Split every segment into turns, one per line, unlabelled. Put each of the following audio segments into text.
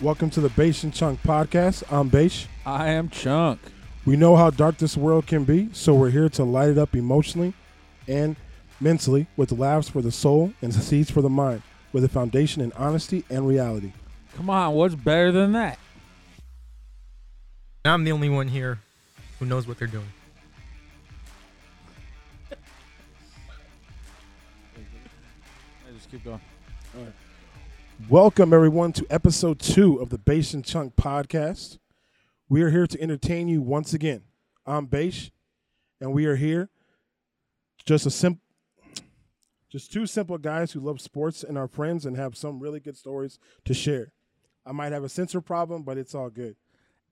Welcome to the Base and Chunk podcast. I'm Base.
I am Chunk.
We know how dark this world can be, so we're here to light it up emotionally and mentally with laughs for the soul and seeds for the mind, with a foundation in honesty and reality.
Come on, what's better than that?
And I'm the only one here who knows what they're doing.
I just keep going.
Welcome, everyone, to episode two of the Base and Chunk podcast. We are here to entertain you once again. I'm Base, and we are here just a simple. Just two simple guys who love sports and are friends and have some really good stories to share. I might have a sensor problem, but it's all good.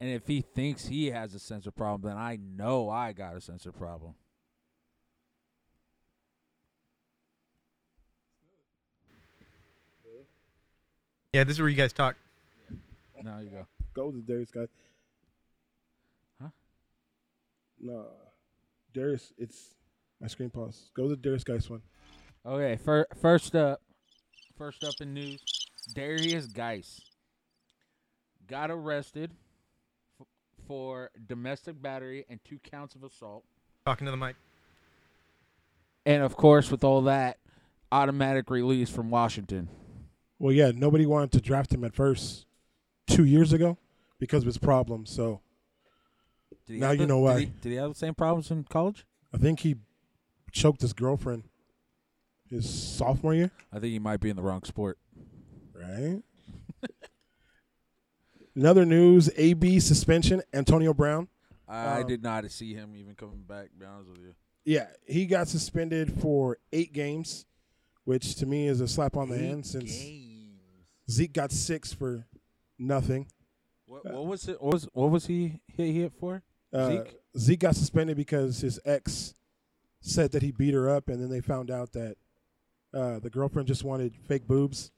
And if he thinks he has a sensor problem, then I know I got a sensor problem.
Yeah, this is where you guys talk.
Now you go.
Go to Darius, guys.
Huh?
No, Darius. It's my screen pause. Go to Darius, guys. One.
Okay, fir- first up, first up in news, Darius Geis got arrested f- for domestic battery and two counts of assault.
Talking to the mic.
And of course, with all that, automatic release from Washington.
Well, yeah. Nobody wanted to draft him at first two years ago because of his problems. So
Did he
Now
have
you
the-
know
did
why.
he- did he have the same problems in college?
I think he choked his girlfriend his sophomore year,
I think he might be in the wrong sport.
right? Another news: AB suspension. Antonio Brown.
I
Um,
did not see him even coming back. To be honest with you,
Yeah, he got suspended for eight games, which to me is a slap on the hand since Zeke got six for nothing.
what, what was it? What was what was he hit, hit for?
Uh, Zeke?
Zeke?
got suspended because his ex said that he beat her up, and then they found out that uh, the girlfriend just wanted fake boobs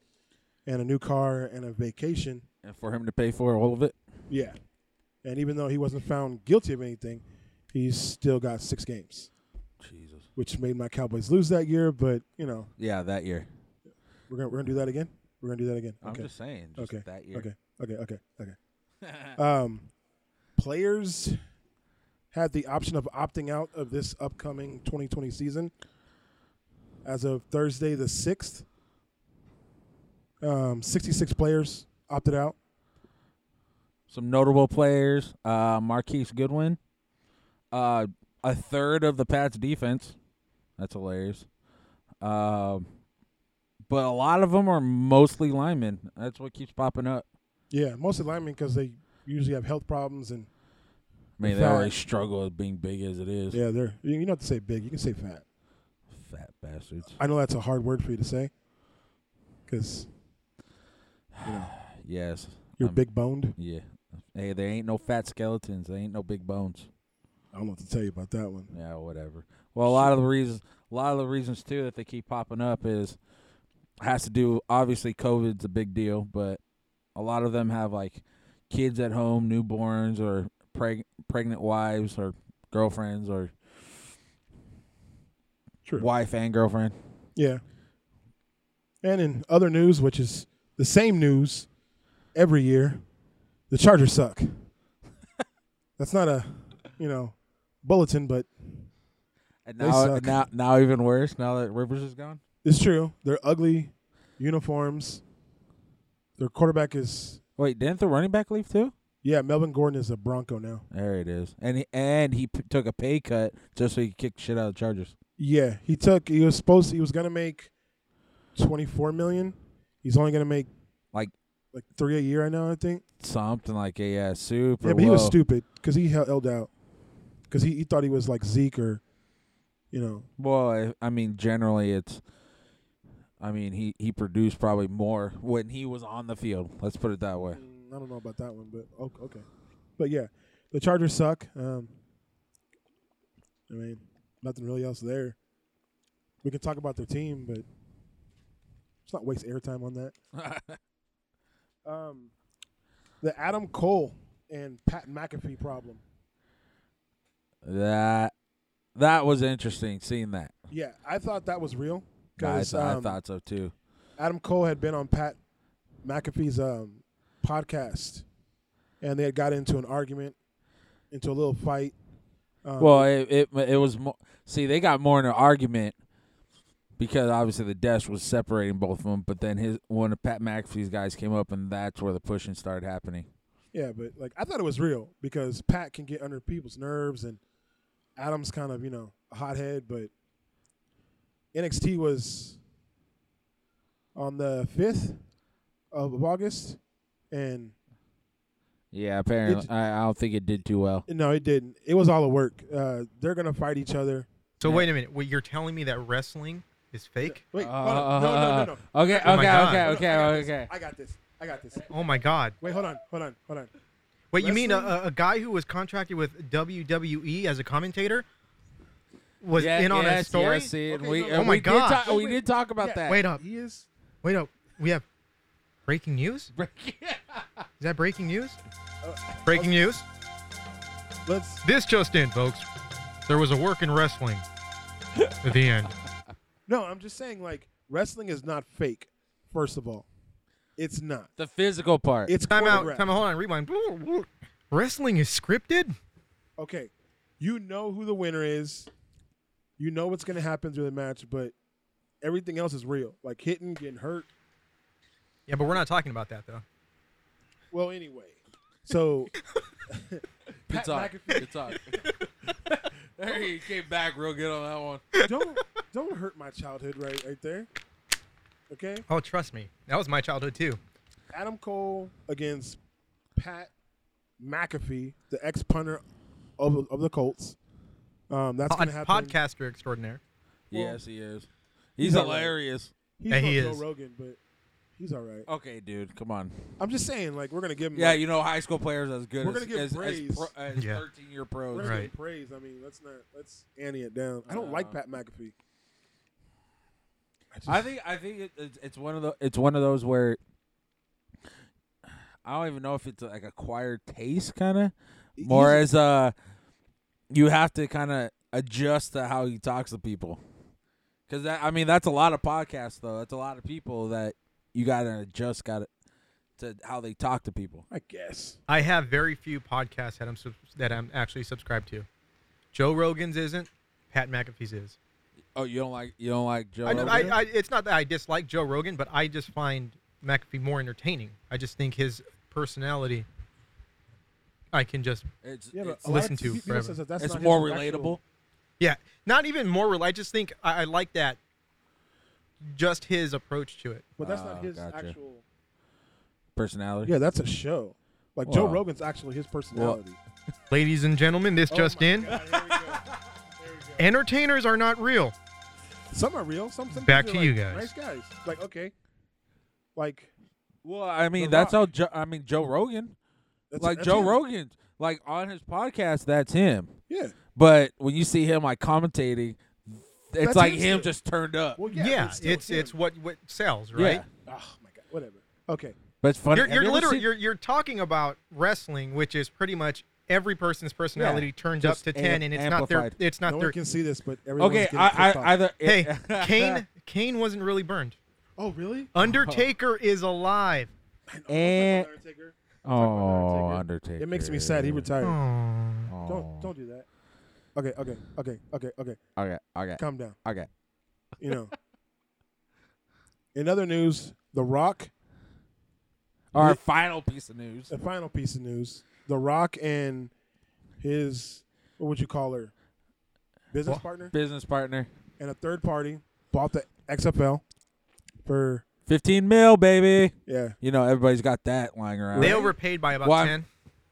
and a new car and a vacation.
And for him to pay for all of it.
Yeah. And even though he wasn't found guilty of anything, he still got six games,
Jesus.
which made my Cowboys lose that year. But, you know,
Yeah, that year.
we're going to we're gonna do that again. We're going to do that again.
I'm just saying. Just
okay.
That year.
Okay. Okay. Okay. Okay. um, players had the option of opting out of this upcoming 2020 season as of Thursday the 6th. Um, 66 players opted out.
Some notable players: uh, Marquise Goodwin, uh, a third of the Pats' defense. That's hilarious. Um, but a lot of them are mostly linemen. That's what keeps popping up.
Yeah, mostly linemen because they usually have health problems and
I mean,
In
they already
fact-
struggle with being big as it is.
yeah, they're you you don't have to say big, you can say fat.
Fat bastards.
I know that's a hard word for you to say because
Yes.
you're
Um,
big boned.
Yeah. Hey, there ain't no fat skeletons. There ain't no big bones.
I don't know what to tell you about that one.
Yeah, whatever. Well, a lot of the reasons, a lot of the reasons too that they keep popping up is has to do. Obviously, COVID's a big deal, but a lot of them have like kids at home, newborns, or preg- pregnant wives, or girlfriends, or
True.
wife and girlfriend.
Yeah. And in other news, which is the same news every year, the Chargers suck. That's not a, you know, bulletin, but
And
They
now,
suck.
now, now even worse. Now that Rivers is gone.
it's true. They're ugly uniforms. Their quarterback is,
Wait, didn't the running back leave too?
yeah, Melvin Gordon is a Bronco now.
There it is. And he, and he p- took a pay cut just so he could kick shit out of the Chargers.
Yeah, he took. He was supposed. he was gonna make twenty four million. He's only gonna make
Like-
like three a year right now. I think.
Something like a uh, super.
Yeah, but he was
low.
stupid because he held out because he, he thought he was like Zeke or, you know,
Well, I, I mean, generally, it's. I mean, he he produced probably more when he was on the field. Let's put it that way.
Mm, I don't know about that one, but o- okay. But yeah, the Chargers suck. Um, I mean, nothing really else there. We can talk about their team, but let's not waste airtime on that. Um, the Adam Cole and Pat McAfee problem.
that that was interesting seeing that.
Yeah, I thought that was real
I,
because
th- I
um,
thought so too.
Adam Cole had been on Pat McAfee's um, podcast, and they had got into an argument, into a little fight. Um,
Well, it it, it was mo- see they got more in an argument because obviously the desk was separating both of them. But then his one of Pat McAfee's guys came up, and that's where the pushing started happening.
yeah, but like I thought it was real because Pat can get under people's nerves, and Adam's kind of you know a hothead, but NXT was on the fifth of August, and
Yeah, apparently I, I don't think it did too well.
no, it didn't. It was all a work. Uh, they're gonna fight each other.
So
Yeah.
wait a minute. What you're telling me that wrestling is fake?
Uh,
Wait, hold on. no, no, no, no.
Okay,
Oh my
okay,
God.
okay,
Hold
okay,
on,
okay.
I got this. I got this. I got this.
Oh my God!
Wait, hold on, hold on, hold on.
Wait, you mean a,
Wrestling?
a a guy who was contracted with WWE as a commentator was
Yeah,
in on
yes,
that story?
Yes, see, and
Okay,
we,
no,
and
no.
Oh my
we
God.
Did talk, we
Wait,
did talk about
yeah,
that.
Wait up!
He is.
Wait up! We have breaking news. Is that breaking news?
Uh,
Breaking news.
Let's.
This just in, folks. There was a work in wrestling. At the end.
No, I'm just saying, like, wrestling is not fake. First of all, it's not.
The physical part.
It's
Time out.
choreographed.
Time out. Hold on. Rewind. Wrestling is scripted.
Okay, you know who the winner is. You know what's gonna happen through the match, but everything else is real. Like hitting, getting hurt.
Yeah, but we're not talking about that though.
Well, anyway. So
good
Pat
talk.
McAfee-
Good talk. there he came back real good on that one.
don't don't hurt my childhood right right there. Okay,
Oh, trust me. That was my childhood too.
Adam Cole against Pat McAfee, the ex punter of of the Colts. Um, that's
Pod-
gonna happen.
podcaster extraordinaire.
yes, he is. He's
all right.
hilarious.
He's
Yeah,
not
he
Joe
is.
Rogan, but he's all right.
Okay, dude, come on.
I'm just saying, like, we're gonna give him.
Yeah,
like,
you know, high school players as good
We're
as
gonna give
as, as,
praise.
pro, as
Yeah.
13 year
we're
pros.
gonna give
right.
him praise. I mean, let's not let's ante it down. I don't like
Uh,
Pat McAfee. I just,
I think I think it, it's, it's one of the it's one of those where I don't even know if it's like acquired taste kind of
he's-
more as uh you have to kind of adjust to how he talks to people because that i mean that's a lot of podcasts though that's a lot of people that you gotta adjust gotta to how they talk to people
I guess.
I have very few podcasts that I'm sub- that I'm actually subscribed to. Joe Rogan's isn't. Pat McAfee's is.
oh you don't like you don't like joe
I, know-
Rogan?
I, I, it's not that I dislike Joe Rogan, but I just find McAfee more entertaining. I just think his personality, I can just
it's,
Yeah, but
it's,
a lot
listen
of
to
people
forever.
says that that's
it's
not his
more
actual-
relatable
yeah, not even more. rel- I just think I, I like that. Just his approach to it.
But that's
Oh,
not his
gotcha.
actual.
personality
Yeah, that's a show. Like Joe
Well.
Rogan's actually his personality.
Ladies and gentlemen, this
Oh
just
my
in:
God, here we go. Here we go.
entertainers are not real.
Some are real. Some. some
Back
people are,
to you
like,
guys.
Nice guys. Like okay. Like
well i mean
The
that's how
Rock.
jo- i mean joe rogan
that's,
like
that's
joe
him.
rogan like on his podcast that's him
Yeah.
but when you see him like commentating it's
That's
like
him
him
still.
just turned up
Well, yeah.
Yeah,
it's
it's
still
it's,
him.
what what sells,
yeah
right?
Oh my god. Whatever. Okay.
but it's funny
You're,
Have
you're
you ever
literally
seen-
you're, you're talking about wrestling, which is pretty much every person's personality turned up
just
to
am-
ten, and it's not their
amplified.
it's not
no
their.
one can see this, but everyone's
Okay,
getting
I,
pissed off.
I either
Hey, Kane Kane wasn't really burned.
Oh really?
Undertaker is alive.
and
Undertaker.
oh,
Undertaker.
Undertaker.
It makes me sad. He retired.
Oh.
Oh.
Don't don't do that. Okay. Okay. Okay. Okay. Oh, Okay.
Okay, okay,
Calm down.
okay.
You know. In other news, The Rock.
Our final piece of news.
The final piece of news: The Rock and his what would you call her? Business
Well-
partner
Business partner,
and a third party bought the XFL for
fifteen mil, baby.
yeah.
You know everybody's got that lying around.
They overpaid by about
Why-
ten.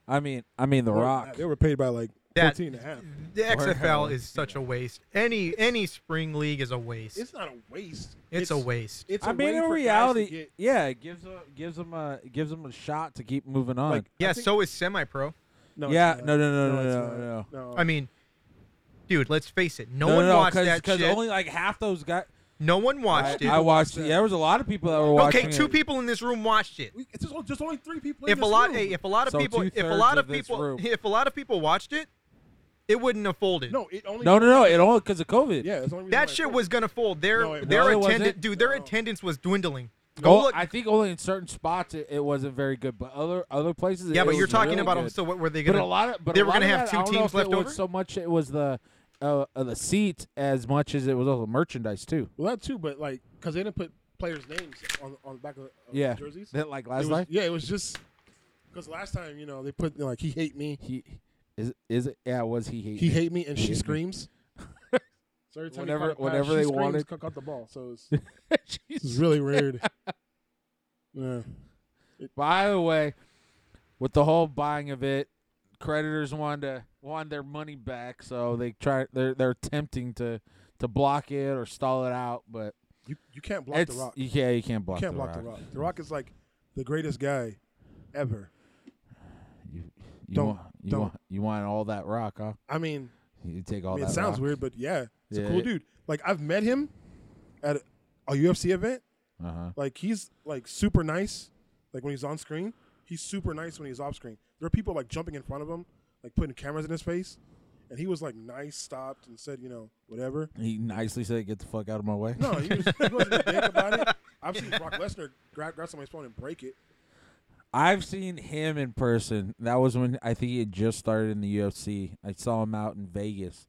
I mean, I mean the Rock.
They were paid by like
That-
14 and a half.
The XFL
Where-
is such a waste. Any any spring league is a waste. It's,
It's not a waste.
a waste.
It's a
I mean,
way
in
for guys to
reality,
get-
yeah, it gives a, gives them a gives them a shot to keep moving on.
Like,
yeah,
I think-
so is semi-pro.
no,
Yeah,
it's not.
no, no, no, no,
it's
no,
not.
no.
no.
I mean, dude, let's face it. No,
no,
one
no,
watched
cause,
that
'cause
shit.
only like half those guys.
no one
I,
watched it.
I watched. Yeah, there was a lot of people that were watching.
okay, two
it.
people in this room watched it.
We- it's just, just only three people.
If
in
a
this
lot,
room.
hey, if a lot of
So
people, if a
two-thirds
lot
of
of
this
people,
room.
if a lot of people watched it, it wouldn't have folded.
no, it only
No, no, no. It only because of COVID.
yeah, it's the only reason why
that
it
shit
worked.
was gonna fold. Their
No, it
wasn't. No, it
their attendance,
wasn't.
dude, their
No.
attendance was dwindling. Go
Ol-
look.
I think only in certain spots it, it wasn't very good, but other other places. it-
yeah,
it
but you're
was
talking
really
about
good.
them. So what were they
But
going
a
to?
lot of but
they
a
were
lot
gonna
of
have
that,
two
I don't know
teams
if it
left
was
over?
So much it was the uh, uh, the seats as much as it was also merchandise too.
Well, that too, but like because they didn't put players' names on on Oh, the back of, of
Yeah,
jerseys.
That like
It
last
was-
night.
yeah, it was just because last time you know they put you know, like he hate me,
He is is it? Yeah, was he? Hate
he hate me, and
He hate
she
me.
screams. so every time he
Whenever-
caught a pass,
whenever
she
they
screams,
wanted-
cook out the ball. So it's,
Jesus.
it's really weird. yeah,
By the way, with the whole buying of it, creditors wanted to wanted their money back, so they try they're they're attempting to to block it or stall it out, but
you you can't block
it's
the rock.
you- yeah you can't block
you can't
the
block
rock.
the rock. The rock is like the greatest guy ever.
You, you
Don't-
want, you
don't.
want you want all that rock, huh?
I mean,
You take all
I mean it
that.
sounds
rock.
weird, but yeah, it's a
Yeah,
cool
it-
dude. Like I've met him at a, a UFC event.
Uh huh.
Like he's like super nice. Like when he's on screen, he's super nice when he's off screen. There are people like jumping in front of him, like putting cameras in his face, and he was like nice, stopped, and said, you know, whatever.
He nicely said, "Get the fuck out of my way."
No, he, was, he wasn't a dick about it. I've seen Brock Lesnar grab, grab somebody's phone and break it.
I've seen him in person. That was when I think he had just started in the UFC. I saw him out in Vegas,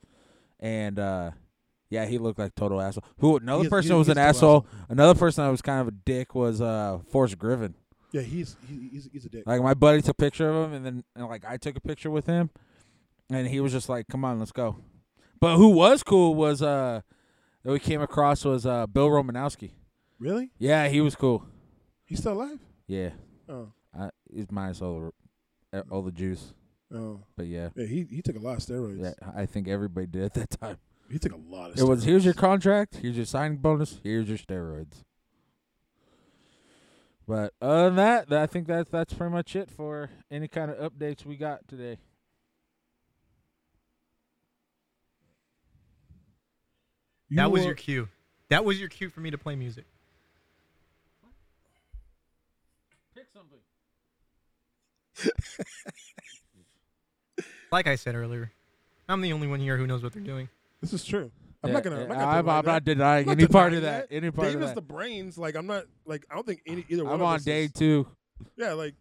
and uh, yeah, he looked like total asshole. Who another
He is-
person
he-
who was
he's
an
total
asshole, Another person that was kind of a dick was uh, Forrest Griffin.
Yeah, he's he, he's he's a dick.
Like my buddy took a picture of him, and then and, like I took a picture with him, and he was just like, "Come on, let's go." But who was cool was uh, that we came across was uh, Bill Romanowski.
Really?
Yeah, he was cool.
He's still alive?
Yeah,
Oh,
I, he's minus all the all the juice,
oh.
but yeah.
Yeah, he he took a lot of steroids.
Yeah, I think everybody did at that time.
He took a lot of.
It was
steroids.
here's your contract, here's your signing bonus, here's your steroids. But other than that, th- I think that's that's pretty much it for any kind of updates we got today.
You
That was
are-
your cue. That was your cue for me to play music.
Pick something.
Like I said earlier, I'm the only one here who knows what they're doing.
This is true. I'm not gonna. I'm not, gonna
I'm,
deny
I'm not
that.
denying
I'm not
any part of
denying
that. Any part
Dave
of
is
that.
the brains. Like I'm not. Like I don't think any either one.
I'm
of
on
us
day
is-
two.
Yeah, like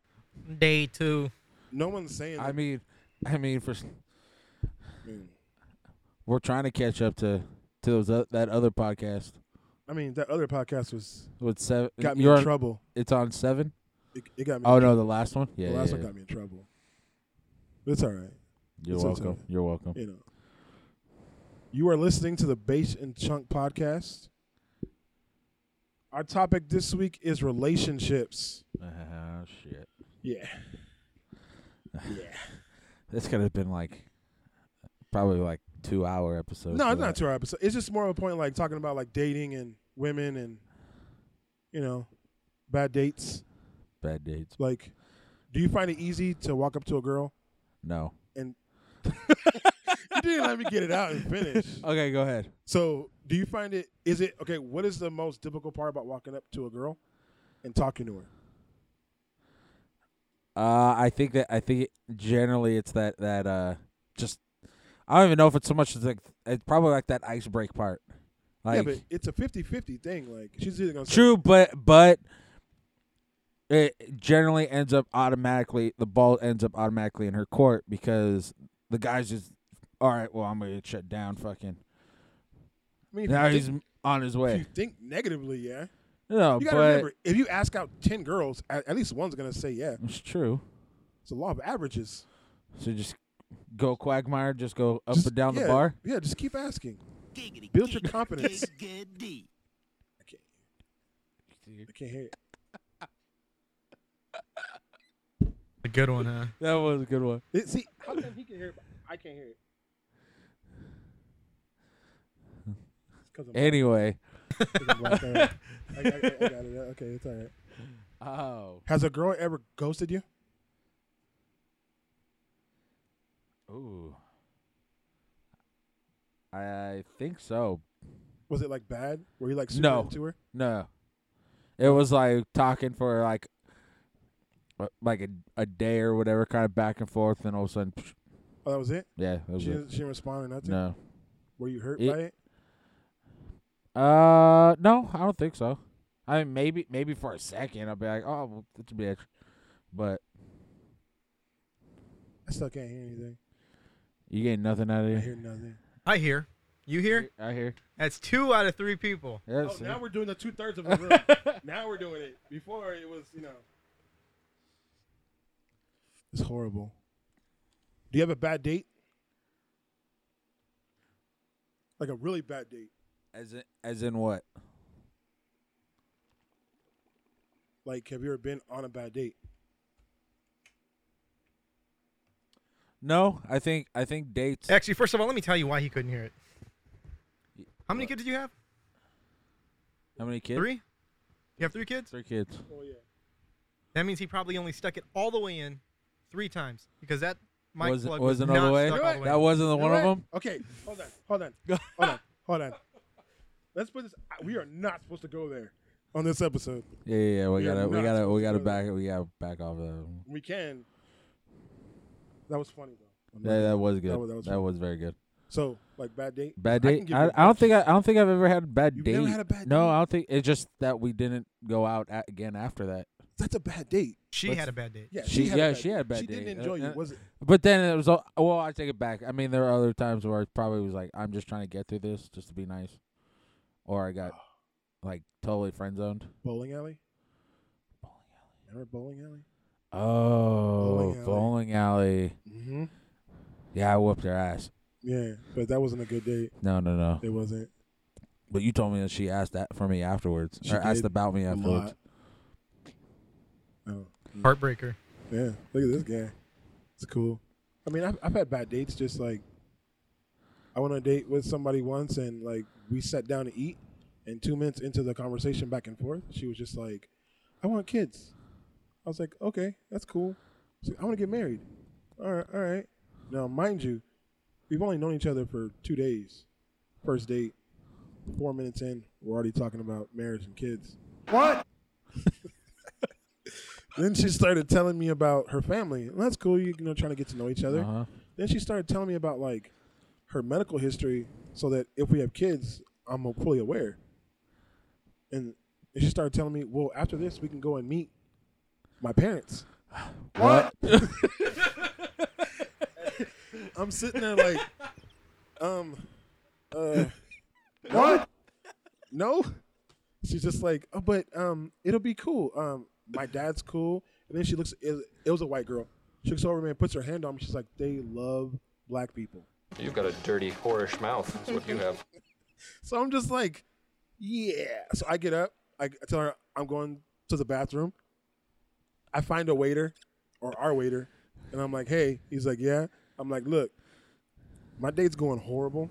Day two.
no one's saying.
I
that.
mean, I mean, for s-
I mean,
we're trying to catch up to to those o- that other podcast
I mean, that other podcast was
with seven.
got me
you're
in
on-
trouble.
It's on seven.
It, it got me.
Oh no, the last one.
the
Yeah,
last
yeah,
one
yeah.
got me in trouble. But it's all right. It's-
You're
it's
welcome.
okay.
You're welcome.
You know. You are listening to the Base and Chunk podcast. Our topic this week is relationships.
Oh shit.
Yeah.
This could have been like probably like two hour episode.
No,
for
it's not
that.
to our episode. It's just more of a point like talking about like dating and women and you know bad dates.
bad dates.
Like, do you find it easy to walk up to a girl?
No.
You didn't let me get it out and finish.
Okay, go ahead.
So, do you find it? Is it okay? What is the most difficult part about walking up to a girl and talking to her?
Uh, I think that I think generally it's that that uh just I don't even know if it's so much as like it's probably like that ice break part. Like
yeah, but it's a 50-50 thing. Like, she's either gonna say-
true, but but it generally ends up automatically the ball ends up automatically in her court because the guy's just all right. Well, I'm gonna get shut down. Fucking
I mean, if
now
you
he's
think,
on his
if you
way.
think negatively, yeah.
No,
You
Uh, but
gotta remember, if you ask out ten girls, at, at least one's gonna say yeah.
it's true.
It's a law of averages.
So just go quagmire, just go up
Just-
and down
yeah,
the bar.
Yeah, just keep asking.
Giggity,
Build your
giggity,
confidence.
giggity.
I can't, I can't hear it.
A good one, huh?
That was a good one.
It- See, how come he can hear it? but I can't hear it. It's 'cause I'm-
Anyway,
it's 'cause I'm black. All right. I, I, I I got it. Okay, it's all right.
oh,
Has a girl ever ghosted you?
ooh, I think so.
Was it like bad? Were you like super
No.
into her?
No, it was like talking for like uh, like a a day or whatever, kind of back and forth, and all of a sudden, psh,
Oh, that was it.
yeah, that was
She
it.
didn't, she didn't respond or nothing.
no.
Were you hurt
It-
by it?
Uh, no, I don't think so. I mean, maybe maybe for a second I'll be like, oh, well, it's a bitch, but
I still can't hear anything.
you get nothing out of
I
it.
hear nothing.
I hear. You hear?
I hear.
That's two out of three people.
Yeah,
Oh,
see?
now we're doing the two thirds of the room. now we're doing it. Before it was, you know. It's horrible. Do you have a bad date? Like a really bad date.
as in, as in what?
Like, have you ever been on a bad date?
No, I think I think dates.
Actually, first of all, let me tell you why he couldn't hear it. How many kids did you have?
How many kids?
Three? You have three kids?
Three kids.
Oh yeah.
That means he probably only stuck it all the way in three times because that mic
Was it-
plug
was
was,
it all the
not
way?
stuck all the way.
That wasn't the one of them.
Okay, hold on, hold on, hold on, hold on. Let's put this. We are not supposed to go there on this episode.
Yeah, yeah, yeah. We
We are
gotta, we
not
gotta, we
supposed to
gotta
go
back, we gotta back off that. one.
We can. That was funny though. I'm not
That,
gonna-
that was good. That
That
was,
was- that was
very good.
So, like bad date.
Bad
I can
date.
give
I,
you a
I, don't think I, I don't think I've ever had a bad
You've
date.
never had a bad
no,
date?
I don't think it's just that we didn't go out a again after that.
That's a bad date.
she
Let's-
had a bad date.
Yeah,
She-
she, had
yeah,
a bad
she had a bad
She
date.
didn't
Uh,
enjoy you,
uh,
was it?
But then it was all, well. I take it back. I mean, there are other times where I probably was like, I'm just trying to get through this, just to be nice, or I got like totally friend zoned.
Bowling alley. Remember bowling alley?
Oh,
Bowling alley.
bowling alley.
Mm-hmm.
Yeah, I whooped her ass.
Yeah, but that wasn't a good date.
No, no, no.
It wasn't.
But you told me that she asked that for me afterwards,
She
or asked
did
about me
A
afterwards.
lot. Oh,
Heartbreaker.
yeah. Look at this guy. It's cool. I mean, I've, I've had bad dates. Just like I went on a date with somebody once, and like we sat down to eat, and two minutes into the conversation back and forth, she was just like, "I want kids." I was like, "Okay, that's cool." She's like, "I want to get married." All right, all right. Now, mind you, we've only known each other for two days. First date, four minutes in, we're already talking about marriage and kids. What? then she started telling me about her family. And that's cool, you know, trying to get to know each other.
Uh-huh.
Then she started telling me about like her medical history, so that if we have kids, I'm fully aware. And she started telling me, well, after this, we can go and meet my parents.
What?
I'm sitting there like, um, uh, what? No. She's just like, oh, but um, it'll be cool. Um, my dad's cool. And then she looks. It, it was a white girl. She looks over at me and puts her hand on me. She's like, they love black people.
You've got a dirty, whorish mouth. That's what you have.
So I'm just like, yeah. So I get up. I I tell her I'm going to the bathroom. I find a waiter or our waiter, and I'm like, hey. He's like, yeah. I'm like, look, my date's going horrible.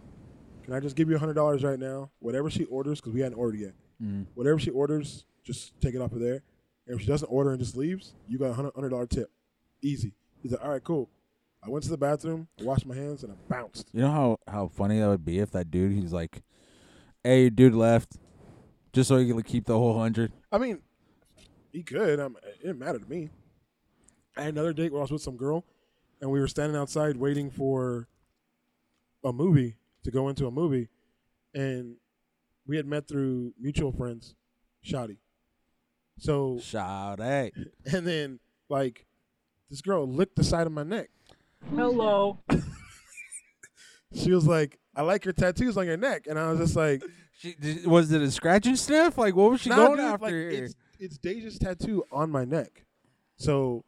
Can I just give you $100 right now? Whatever she orders, because we hadn't ordered yet. Whatever she orders, just take it off of there. And if she doesn't order and just leaves, you got a $100 $100 tip. Easy. He's like, all right, cool. I went to the bathroom, I washed my hands, and I bounced.
You know how how funny that would be if that dude he's like, "Hey, dude left," just so he can keep the whole hundred.
I mean, he could. I'm, it didn't matter to me. I had another date where I was with some girl, and we were standing outside waiting for a movie to go into a movie, and we had met through mutual friends, Shoddy. So
Shout out!
and then like this girl licked the side of my neck.
Hello.
She was like, "I like your tattoos on your neck," and I was just like,
She did, was it a scratch and sniff? Like what was she
Nah,
going
dude,
after?
like,
here?
it's it's Deja's tattoo on my neck, so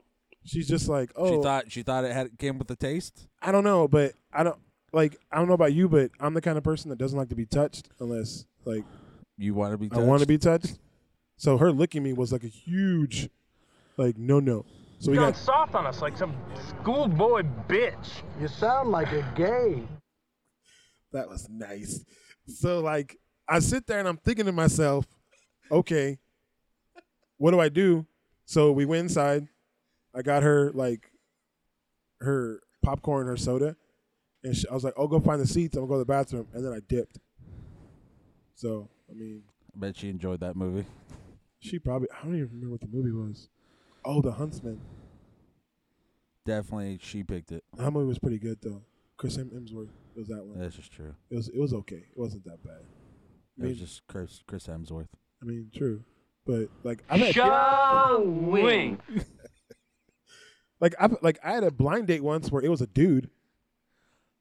she's just like, "Oh,
She thought she thought it had came with the taste.
I don't know, but I don't like. I don't know about you, but I'm the kind of person that doesn't like to be touched unless like
You want to be?
I want to be touched. So her licking me was like a huge, like no no. So we got
soft on us like some schoolboy bitch. You sound like a gay.
that was nice. So like I sit there and I'm thinking to myself, okay, what do I do? So we went inside. I got her like her popcorn, her soda, and she, I was like, "Oh, go find the seats. I'm gonna go to the bathroom." And then I dipped. So I mean.
I bet she enjoyed that movie.
She probably I don't even remember what the movie was. Oh, The Huntsman.
Definitely, she picked it.
That movie was pretty good though. Chris Hem- Hemsworth. It was that one.
That's just true.
It was it was okay. It wasn't that bad.
It was just Chris Chris Hemsworth.
I mean, true. But like I've had
John Wing.
like I like I had a blind date once where it was a dude.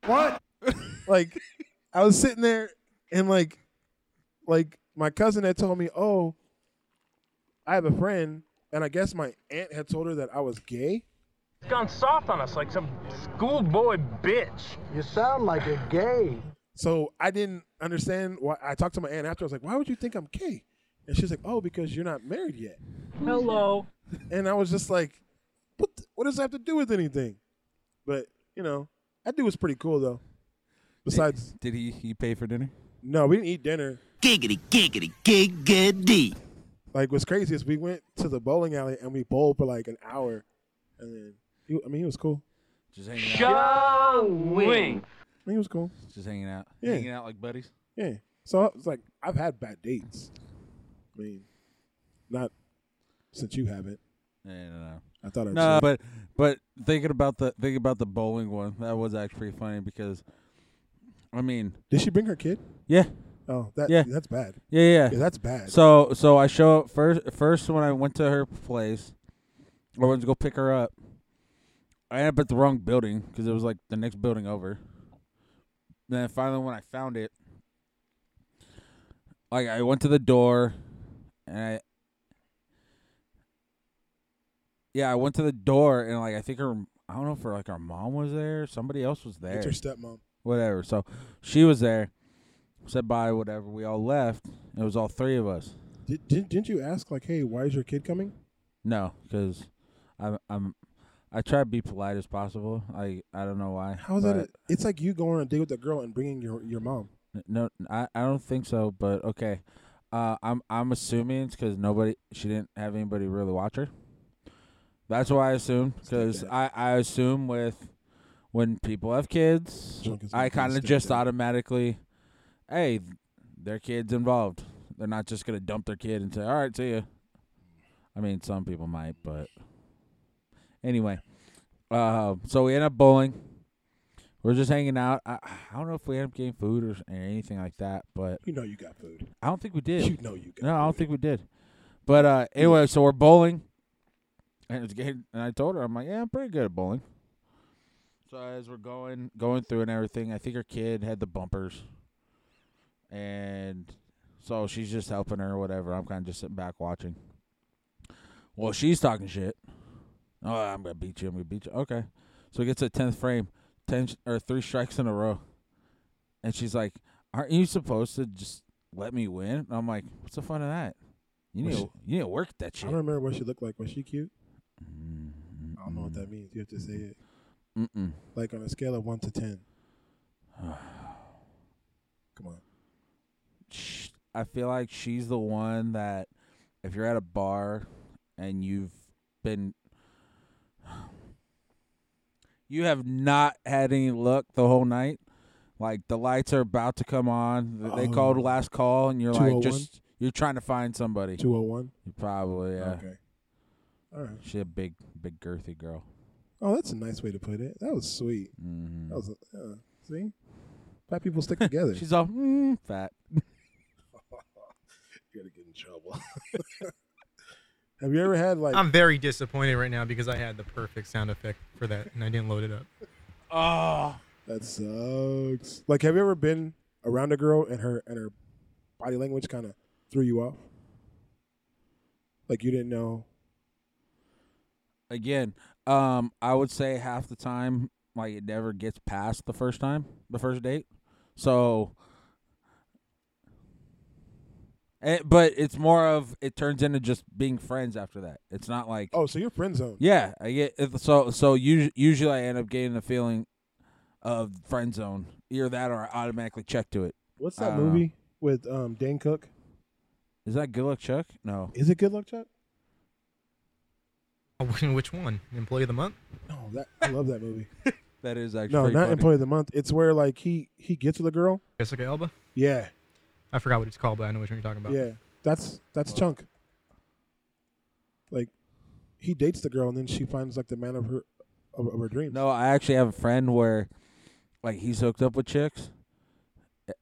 What? like I was sitting there and like like my cousin had told me, "Oh, I have a friend." And I guess my aunt had told her that I was gay.
It's gone soft on us like some schoolboy bitch. You sound like a gay.
So I didn't understand why I talked to my aunt after I was like, "Why would you think I'm gay?" And she's like, "Oh, because you're not married yet."
Hello.
And I was just like, "What th- what does that have to do with anything?" But, you know, that dude was pretty cool though. Besides
Did he he pay for dinner?
No, we didn't eat dinner.
Giggity, giggity, giggity.
Like what's crazy is we went to the bowling alley and we bowled for like an hour, and then he, I mean he was cool.
Just hanging out.
John Wing.
I mean he was cool.
Just hanging out.
Yeah.
Hanging out like buddies.
Yeah. So it's like I've had bad dates. I mean, not since you haven't.
Yeah, no, no.
I thought I was
No, but but thinking about the thinking about the bowling one, that was actually funny because, I mean,
Did she bring her kid?
yeah,
Oh, that
Yeah.
that's bad.
yeah,
Yeah,
yeah.
that's bad.
So so I show up first first when I went to her place, I went to go pick her up. I ended up at the wrong building because it was like the next building over. Then finally, when I found it, like I went to the door, and I yeah, I went to the door and like I think her I don't know if her like our mom was there, somebody else was there
it's her stepmom.
whatever. So she was there, said bye, whatever. We all left. It was all three of us.
Did, did didn't you ask like, hey, why is your kid coming?
No, because I'm I'm I try to be polite as possible. I I don't know why.
How is that?
but-
A, it's like you going on a date with a girl and bringing your your mom.
N- No, I, I don't think so. But okay, uh, I'm I'm assuming it's because nobody she didn't have anybody really watch her. That's what I assume because
Stepdad.
I, I assume with when people have kids,
Drunk as
I
fuck
kind of
stepdad.
just automatically, hey, their kids involved. They're not just gonna dump their kid and say, all right, see ya. I mean, some people might, but anyway. Uh, so we end up bowling. We're just hanging out. I, I don't know if we end up getting food or, s- or anything like that, but
You know you got food.
I don't think we did.
You know you got.
No, I don't
food.
think we did. But uh, anyway, so we're bowling, and it's getting, and I told her I'm like, yeah, I'm pretty good at bowling. So as we're going going through and everything, I think her kid had the bumpers, and so she's just helping her or whatever. I'm kind of just sitting back watching. Well, she's talking shit. Oh, I'm gonna beat you. I'm gonna beat you. Okay, so it gets to tenth frame, ten sh- or three strikes in a row, and she's like, "Aren't you supposed to just let me win?" And I'm like, "What's the fun of that? You need
Was
to, you need to work that
I
shit."
don't remember what she looked like. Was she cute? I don't know
Mm-hmm.
what that means. You have to say it.
Mm-mm.
Like on a scale of one to ten. Come on.
sh- I feel like she's the one that if you're at a bar and you've been you have not had any luck the whole night. Like the lights are about to come on. th- They called
Oh.
last call and you're like
201?
just you're trying to find somebody.
Two oh one?
Probably, yeah.
Okay. All right.
She a big big girthy girl.
Oh, that's a nice way to put it. That was sweet. That was uh, see? Fat people stick together.
Mm-hmm. She's all mm, fat.
You're gonna get in trouble. have you ever had like
I'm very disappointed right now because I had the perfect sound effect for that and I didn't load it up.
Oh,
that sucks. Like have you ever been around a girl and her and her body language kinda threw you off? Like you didn't know
again, um, I would say half the time, like it never gets past the first time, the first date. So, eh, but it's more of it turns into just being friends after that. It's not like
Oh, so you're friend zone.
yeah, I get it- so so. Usually, usually I end up getting a feeling of friend zone, either that or I automatically check to it.
What's that
Uh,
movie with um Dane Cook?
Is that good luck, Chuck? No,
Is it Good Luck Chuck?
Which one? Employee of the month?
No, that I love that movie.
that is actually
No,
pretty
not
funny.
Employee of the Month. It's where like he he gets with a girl.
Jessica Elba?
Yeah,
I forgot what it's called, but I know which one you're talking about.
yeah. That's that's Chunk. Like, he dates the girl and then she finds like the man of her of, of her dreams.
No, I actually have a friend where, like, he's Eh, hooked up with chicks.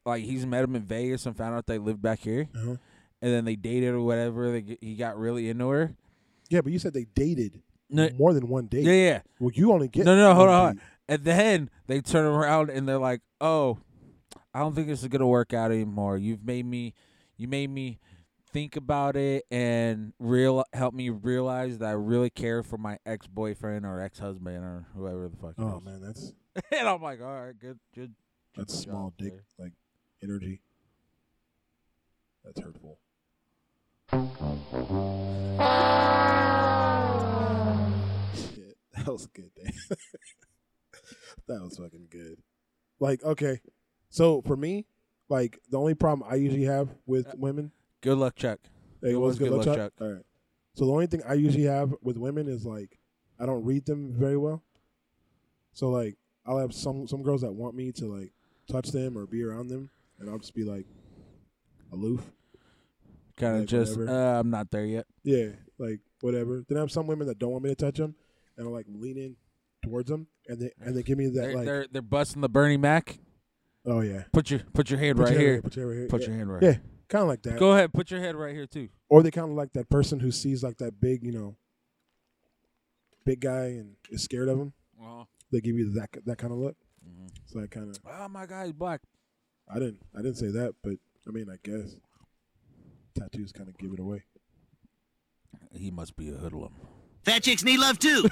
Like, he's met them in Vegas and found out they live back here.
Uh-huh.
and then they dated or whatever. They, g- he got really into her.
Yeah, but you said they dated
No,
more than one date.
yeah, yeah.
Well, you only get
No, no, hold
one
on.
date.
And then they turn around and they're like, "Oh, I don't think this is gonna work out anymore. You've made me, you made me think about it and real help me realize that I really care for my ex boyfriend or ex husband or whoever the fuck." it
Oh
is."
man, that's
and I'm like, "All right, good, good." good
that's
job
small dick
there."
like energy. That's hurtful. Shit, that was good. Dan. that was fucking good. Like okay, so for me, like the only problem I usually have with
Uh,
women
Good luck, Chuck.
Hey,
It
what's
was good luck, Chuck.
All right. So the only thing I usually have with women is like I don't read them very well. So like I'll have some some girls that want me to like touch them or be around them, and I'll just be like aloof.
Kind of
Like,
just, uh,
whatever.
I'm not there yet.
Yeah, like whatever. Then I have some women that don't want me to touch them, and I'll like lean in towards them, and they and they give me that
They're,
like
they're they're busting the Bernie Mac.
oh yeah,
Put your put your hand
Put
right
your hand
here.
put your hand right here.
Put
yeah.
your hand right.
yeah,
here.
kind of like that.
Go ahead. Put your head right here too.
or they kind of like that person who sees like that big you know big guy and is scared of him.
Oh,
they give you that that kind of look.
Mm-hmm.
So I kind of
oh my God, he's black.
I didn't I didn't say that, but I mean I guess tattoos kind of give it away.
He must be a hoodlum.
Fat chicks need love too.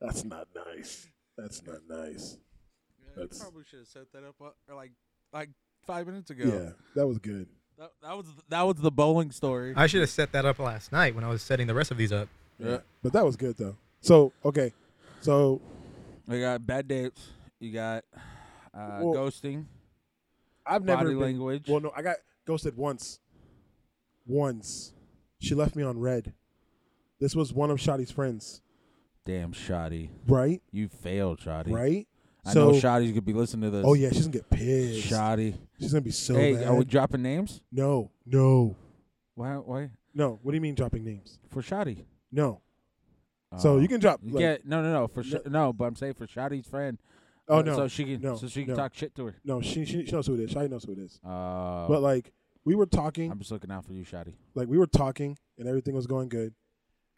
That's not nice. That's not nice. That's-
probably should have set that up uh, or like like five minutes ago.
Yeah, that was good.
That, that was that was the bowling story.
I should have set that up last night when I was setting the rest of these up.
yeah.
But that was good though. So okay, so
We got bad dates. You got uh,
Well,
ghosting,
I've never
body
been-
language.
Well, no, I got ghosted once. Once, she left me on red. This was one of Shotty's friends,
Damn, shoddy.
right?
You failed, shoddy.
Right.
I
so,
know shoddy's gonna be listening to this.
oh yeah, she's gonna get pissed.
shoddy.
She's gonna be so
hey,
mad.
are we dropping names?
no, no,
Why? Why
no. What do you mean dropping names?
for shoddy?
No. So
Oh.
you can drop. Like,
yeah, no, no, no. For no, no but I'm saying for shoddy's friend.
Oh
uh,
no.
So she can.
no,
so she can
no.
talk shit to her.
no, she, she she knows who it is. Shadi knows who it is.
Uh,
But like we were talking,
I'm just looking out for you, shoddy.
like we were talking, and everything was going good.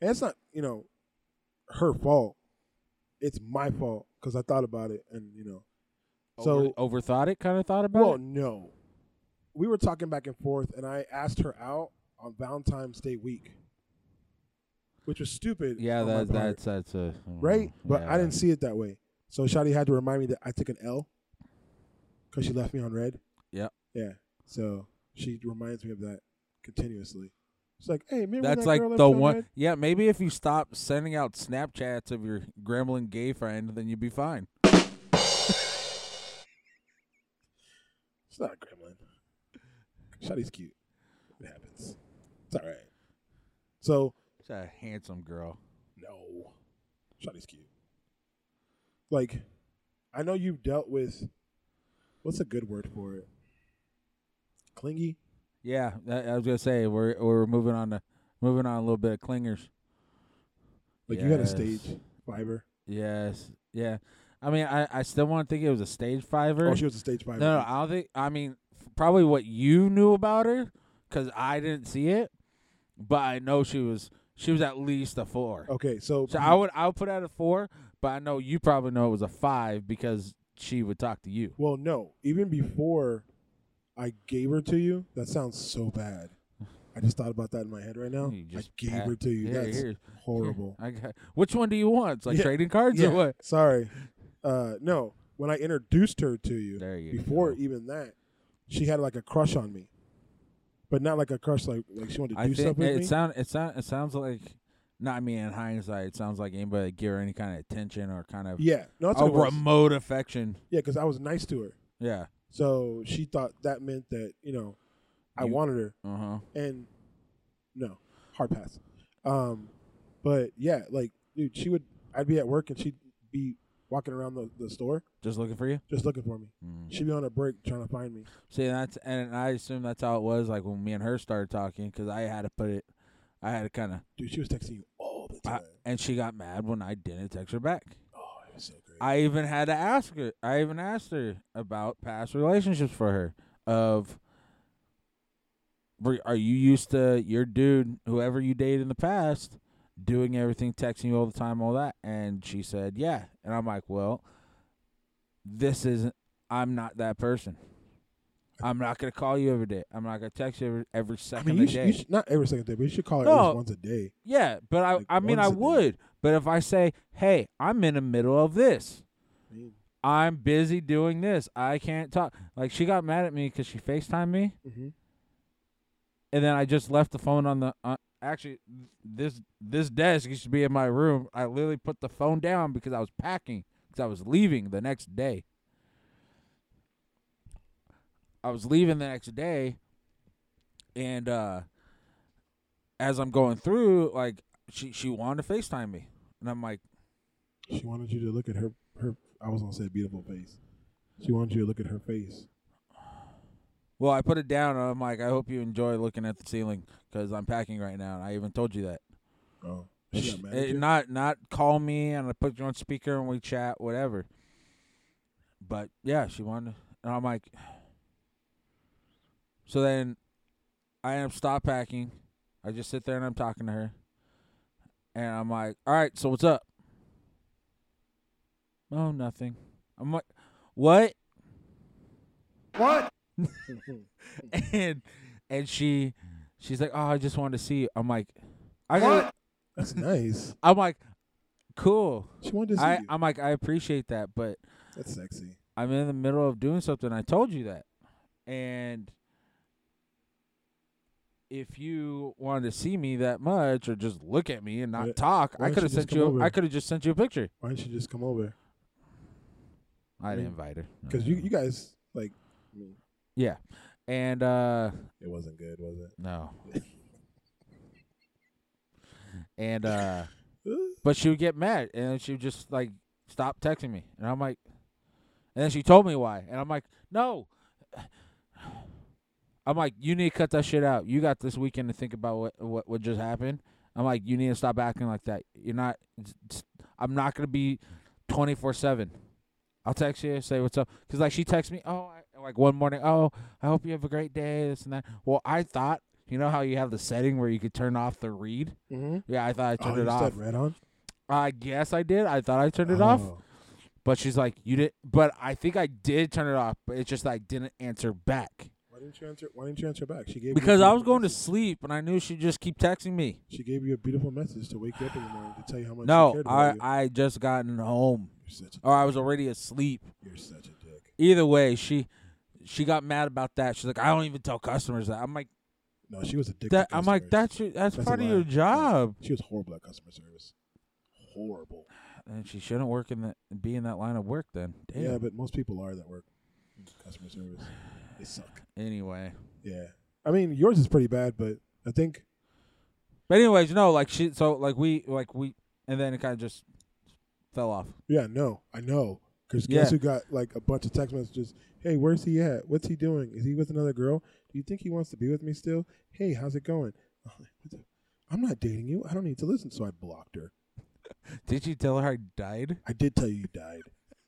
And it's not you know her fault. It's my fault because I thought about it, and you know. So
Over, overthought it, kind of thought Oh, about
well,
it.
no, we were talking back and forth, and I asked her out on Valentine's Day week, which was stupid.
Yeah,
on my
that,
part,
that's that's a mm,
right. But
Mm-hmm. yeah.
I didn't see it that way, so Shadi had to remind me that I took an L because she left me on red.
Yep.
Yeah. So she reminds me of that continuously. It's like, hey, remember
That's
that
like
girl I
the
found
one.
red?"
Yeah, maybe if you stop sending out Snapchats of your gremlin gay friend, then you'd be fine.
It's not a gremlin. Shotty's cute. It happens. It's all right. So
It's a handsome girl.
no, Shotty's cute. Like, I know you've dealt with. What's a good word for it? Clingy.
Yeah, I, I was gonna say we're we're moving on to moving on a little bit of clingers.
Like you had a
Yes.
stage fiver.
Yes. Yeah. I mean, I, I still want to think it was a stage fiver.
Oh, she was a stage fiver.
No, no, I don't think. I mean, f- probably what you knew about her, because I didn't see it, but I know she was she was at least a four.
Oh, Okay, so
So I would I would put out a four, but I know you probably know it was a five because she would talk to you.
Well, no. Even before I gave her to you, that sounds so bad. I just thought about that in my head right now.
You
I
just
gave
pat-
her to you.
Here,
That's
here,
horrible.
I got, which one do you want? It's like
Yeah,
trading cards or what?
Sorry. Uh, no. When I introduced her to you,
There you
before
go.
even that, she had like a crush on me, but not like a crush like like she wanted to
I
do
think
something with
it
me.
sound it sound it sounds like. Not I mean in hindsight, it sounds like anybody that give her any kind of attention or kind of
yeah. No, that's
a
what it was.
remote affection.
Yeah, because I was nice to her,
Yeah.
so she thought that meant that you know I
You-
wanted her.
Uh huh.
and no, hard pass. Um, but yeah, like dude, she would. I'd be at work and she'd be walking around the, the store
Just looking for you.
just looking for me.
Mm.
She'd be on a break trying to find me.
See, that's and I assume that's how it was. Like when me and her started talking, because I had to put it, I had to kind of,
Dude, she was texting you all the time.
and she got mad when I didn't text her back.
oh, it was so great.
I even had to ask her. I even asked her about past relationships for her. of were- are you used to your dude, whoever you dated in the past, doing everything, texting you all the time, all that? And she said, yeah. And I'm like, well, this isn't, I'm not that person. I'm not going to call you every day. I'm not going to text you every, every
I
second
mean,
of
you
the
should,
day.
you should not every second day, but you should call it at
No.
least once a day.
Yeah, but I
Like,
I mean
once
I
a day.
would. But if I say, "Hey, I'm in the middle of this.
Mm.
I'm busy doing this. I can't talk." Like she got mad at me cuz she FaceTimed me
Mm-hmm.
and then I just left the phone on the uh, actually th- this this desk used to be in my room. I literally put the phone down because I was packing cuz I was leaving the next day. I was leaving the next day and uh as I'm going through like she she wanted to FaceTime me and I'm like
She wanted you to look at her her. I was gonna say beautiful face. She wanted you to look at her face.
Well, I put it down, and I'm like, I hope you enjoy looking at the ceiling because I'm packing right now, and I even told you that.
Oh, she got mad at
Eh,
you?
not not call me, and I put you on speaker, and we chat, whatever. But yeah, she wanted, and I'm like, so then I end up stop packing. I just sit there and I'm talking to her, and I'm like, all right, so what's up? Oh, nothing. I'm like, what? and and she she's like, "Oh, I just wanted to see." You. I'm like, "I got."
That's nice.
I'm like, "Cool."
She wanted to see
I
you.
I'm like, "I appreciate that, but
That's sexy.
I'm in the middle of doing something. I told you that." And if you wanted to see me that much or just look at me and not
Why-
talk,
why
I
don't
could have
you just come
sent you
over?
I could have just sent you a picture.
Why didn't you just come over?
I didn't
Mm.
invite her.
Because you you guys like. I mean,
Yeah. And uh
it wasn't good, was it?
no. and uh
Uh,
But she would get mad and then she would just like stop texting me. And I'm like and then she told me why. And I'm like, No I'm like, you need to cut that shit out. You got this weekend to think about what what, what just happened. I'm like, you need to stop acting like that. You're not it's- it's- I'm not gonna be twenty four seven. I'll text you, say what's up. Cause like she texts me, oh, I, like one morning, oh, I hope you have a great day, this and that. Well, I thought, you know how you have the setting where you could turn off the read.
mm-hmm.
Yeah, I thought I
Oh,
turned
you
it
just
off.
had red on.
I guess I did. I thought I turned it off,
Oh.
but she's like, "You did." But I think I did turn it off. But it's just I didn't answer back
Why didn't you answer? Why didn't you answer back? She gave you a
because I was
beautiful
going to
message.
sleep, and I knew she'd just keep texting me.
She gave you a beautiful message to wake you up in the morning to tell you how much. she
No,
cared about
I
you.
I had just gotten home,
you're such a,
or I was already asleep.
you're such a dick.
Either way, she she got mad about that. She's like, "I don't even tell customers that." I'm like,
No, she was a dick. to
"That." I'm like,
customers.
"That's your, that's,
That's a
part of
lie.
your
Yeah.
job."
She was horrible at customer service. Horrible.
And she shouldn't work in that be in that line of work then. Damn.
Yeah, but most people are that work customer service. They suck.
anyway.
Yeah. I mean, yours is pretty bad, but I think
But anyways, no, like she so like we like we and then it kind of just fell off.
yeah, no, I know. Because
Yeah.
guess who got like a bunch of text messages? Hey, where's he at? What's he doing? Is he with another girl? Do you think he wants to be with me still? Hey, how's it going? I'm like, "What the- I'm not dating you. I don't need to listen. So I blocked her.
Did you tell her I died?
I did tell you you died.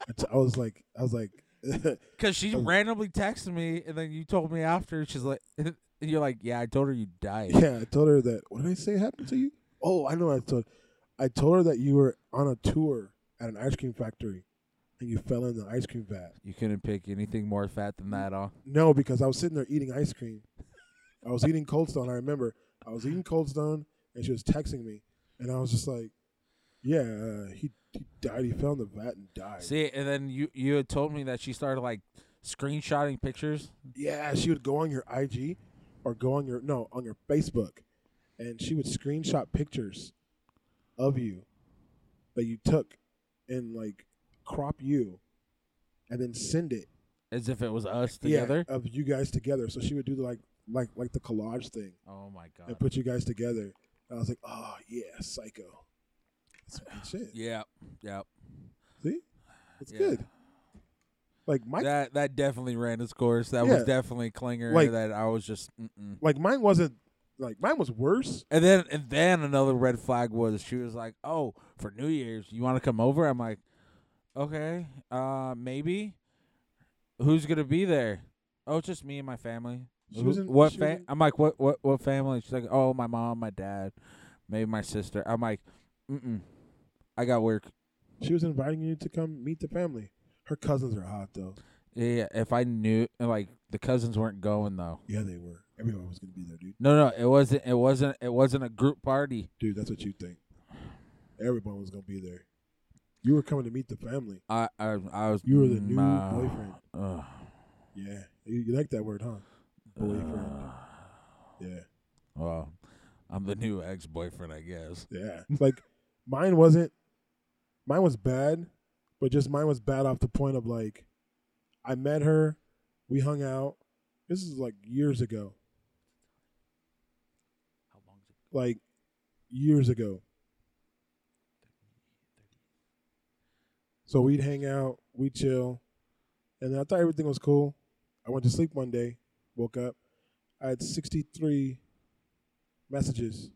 I t- I was like, I was like,
Cuz she
Oh.
randomly texted me and then you told me after she's like and you're like, "Yeah, I told her you died."
Yeah, I told her that. What did I say happened to you? Oh, I know. I told. I told her that you were on a tour at an ice cream factory, and you fell in the ice cream vat.
You couldn't pick anything more fat than that on.
No, because I was sitting there eating ice cream. I was eating Cold Stone. I remember I was eating Cold Stone, and she was texting me, and I was just like, "Yeah, uh, he, he died. He fell in the vat and died."
See, and then you you had told me that she started like screenshotting pictures.
Yeah, she would go on your IG or go on your no on your Facebook, and she would screenshot pictures of you that you took and like crop you, and then send it
As if it was us
yeah, Uh,
together.
of you guys together. So she would do the, like like like the collage thing
Oh my god.
and put you guys together. And I was like, oh yeah, psycho. That's some good shit.
Yeah. Yeah.
See, it's
Yeah.
good. Like my
that that definitely ran its course. That
Yeah.
was definitely clinger
Like-
that I was just mm-mm.
like mine wasn't like mine was worse.
And then and then another red flag was she was like, "Oh, for New Year's, you want to come over?" I'm like, "Okay, uh, maybe." Who's gonna be there? Oh, it's just me and my family.
She was
Who-
in-
what
she was
fa-
in-
I'm like, what, what, what family? She's like, oh, my mom, my dad, maybe my sister. I'm like, mm-mm, I got work.
She was inviting you to come meet the family. Her cousins are hot though.
Yeah, if I knew, like, the cousins weren't going though.
Yeah, they were. Everyone was gonna be there, dude.
No, no, it wasn't. It wasn't. It wasn't a group party.
Dude, that's what you think. Everyone was gonna be there. You were coming to meet the family.
I, I, I was.
You were the new
nah,
boyfriend.
ugh.
Yeah, you, you like that word, huh? Boyfriend. yeah,
well, I'm the new ex-boyfriend, I guess.
yeah. like mine wasn't. Mine was bad, but just mine was bad off the point of like, I met her, we hung out. This is like years ago. Like years ago. So we'd hang out, we'd chill, and then I thought everything was cool. I went to sleep one day, woke up, I had 63 messages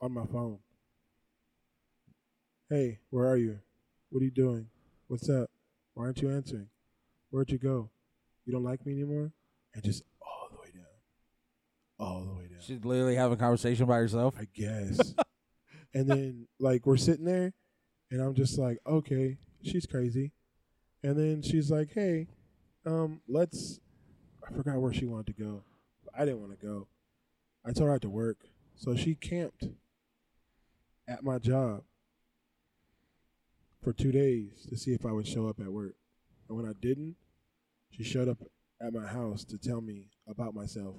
on my phone. Hey, where are you? What are you doing? What's up? Why aren't you answering? Where'd you go? You don't like me anymore? And just all the way down. All the way down.
She's literally having a conversation by herself.
I guess. and then like we're sitting there and I'm just like, okay, she's crazy. And then she's like, hey, um, let's I forgot where she wanted to go. I didn't want to go. I told her I had to work. So she camped at my job for two days to see if I would show up at work. And when I didn't, she showed up at my house to tell me about myself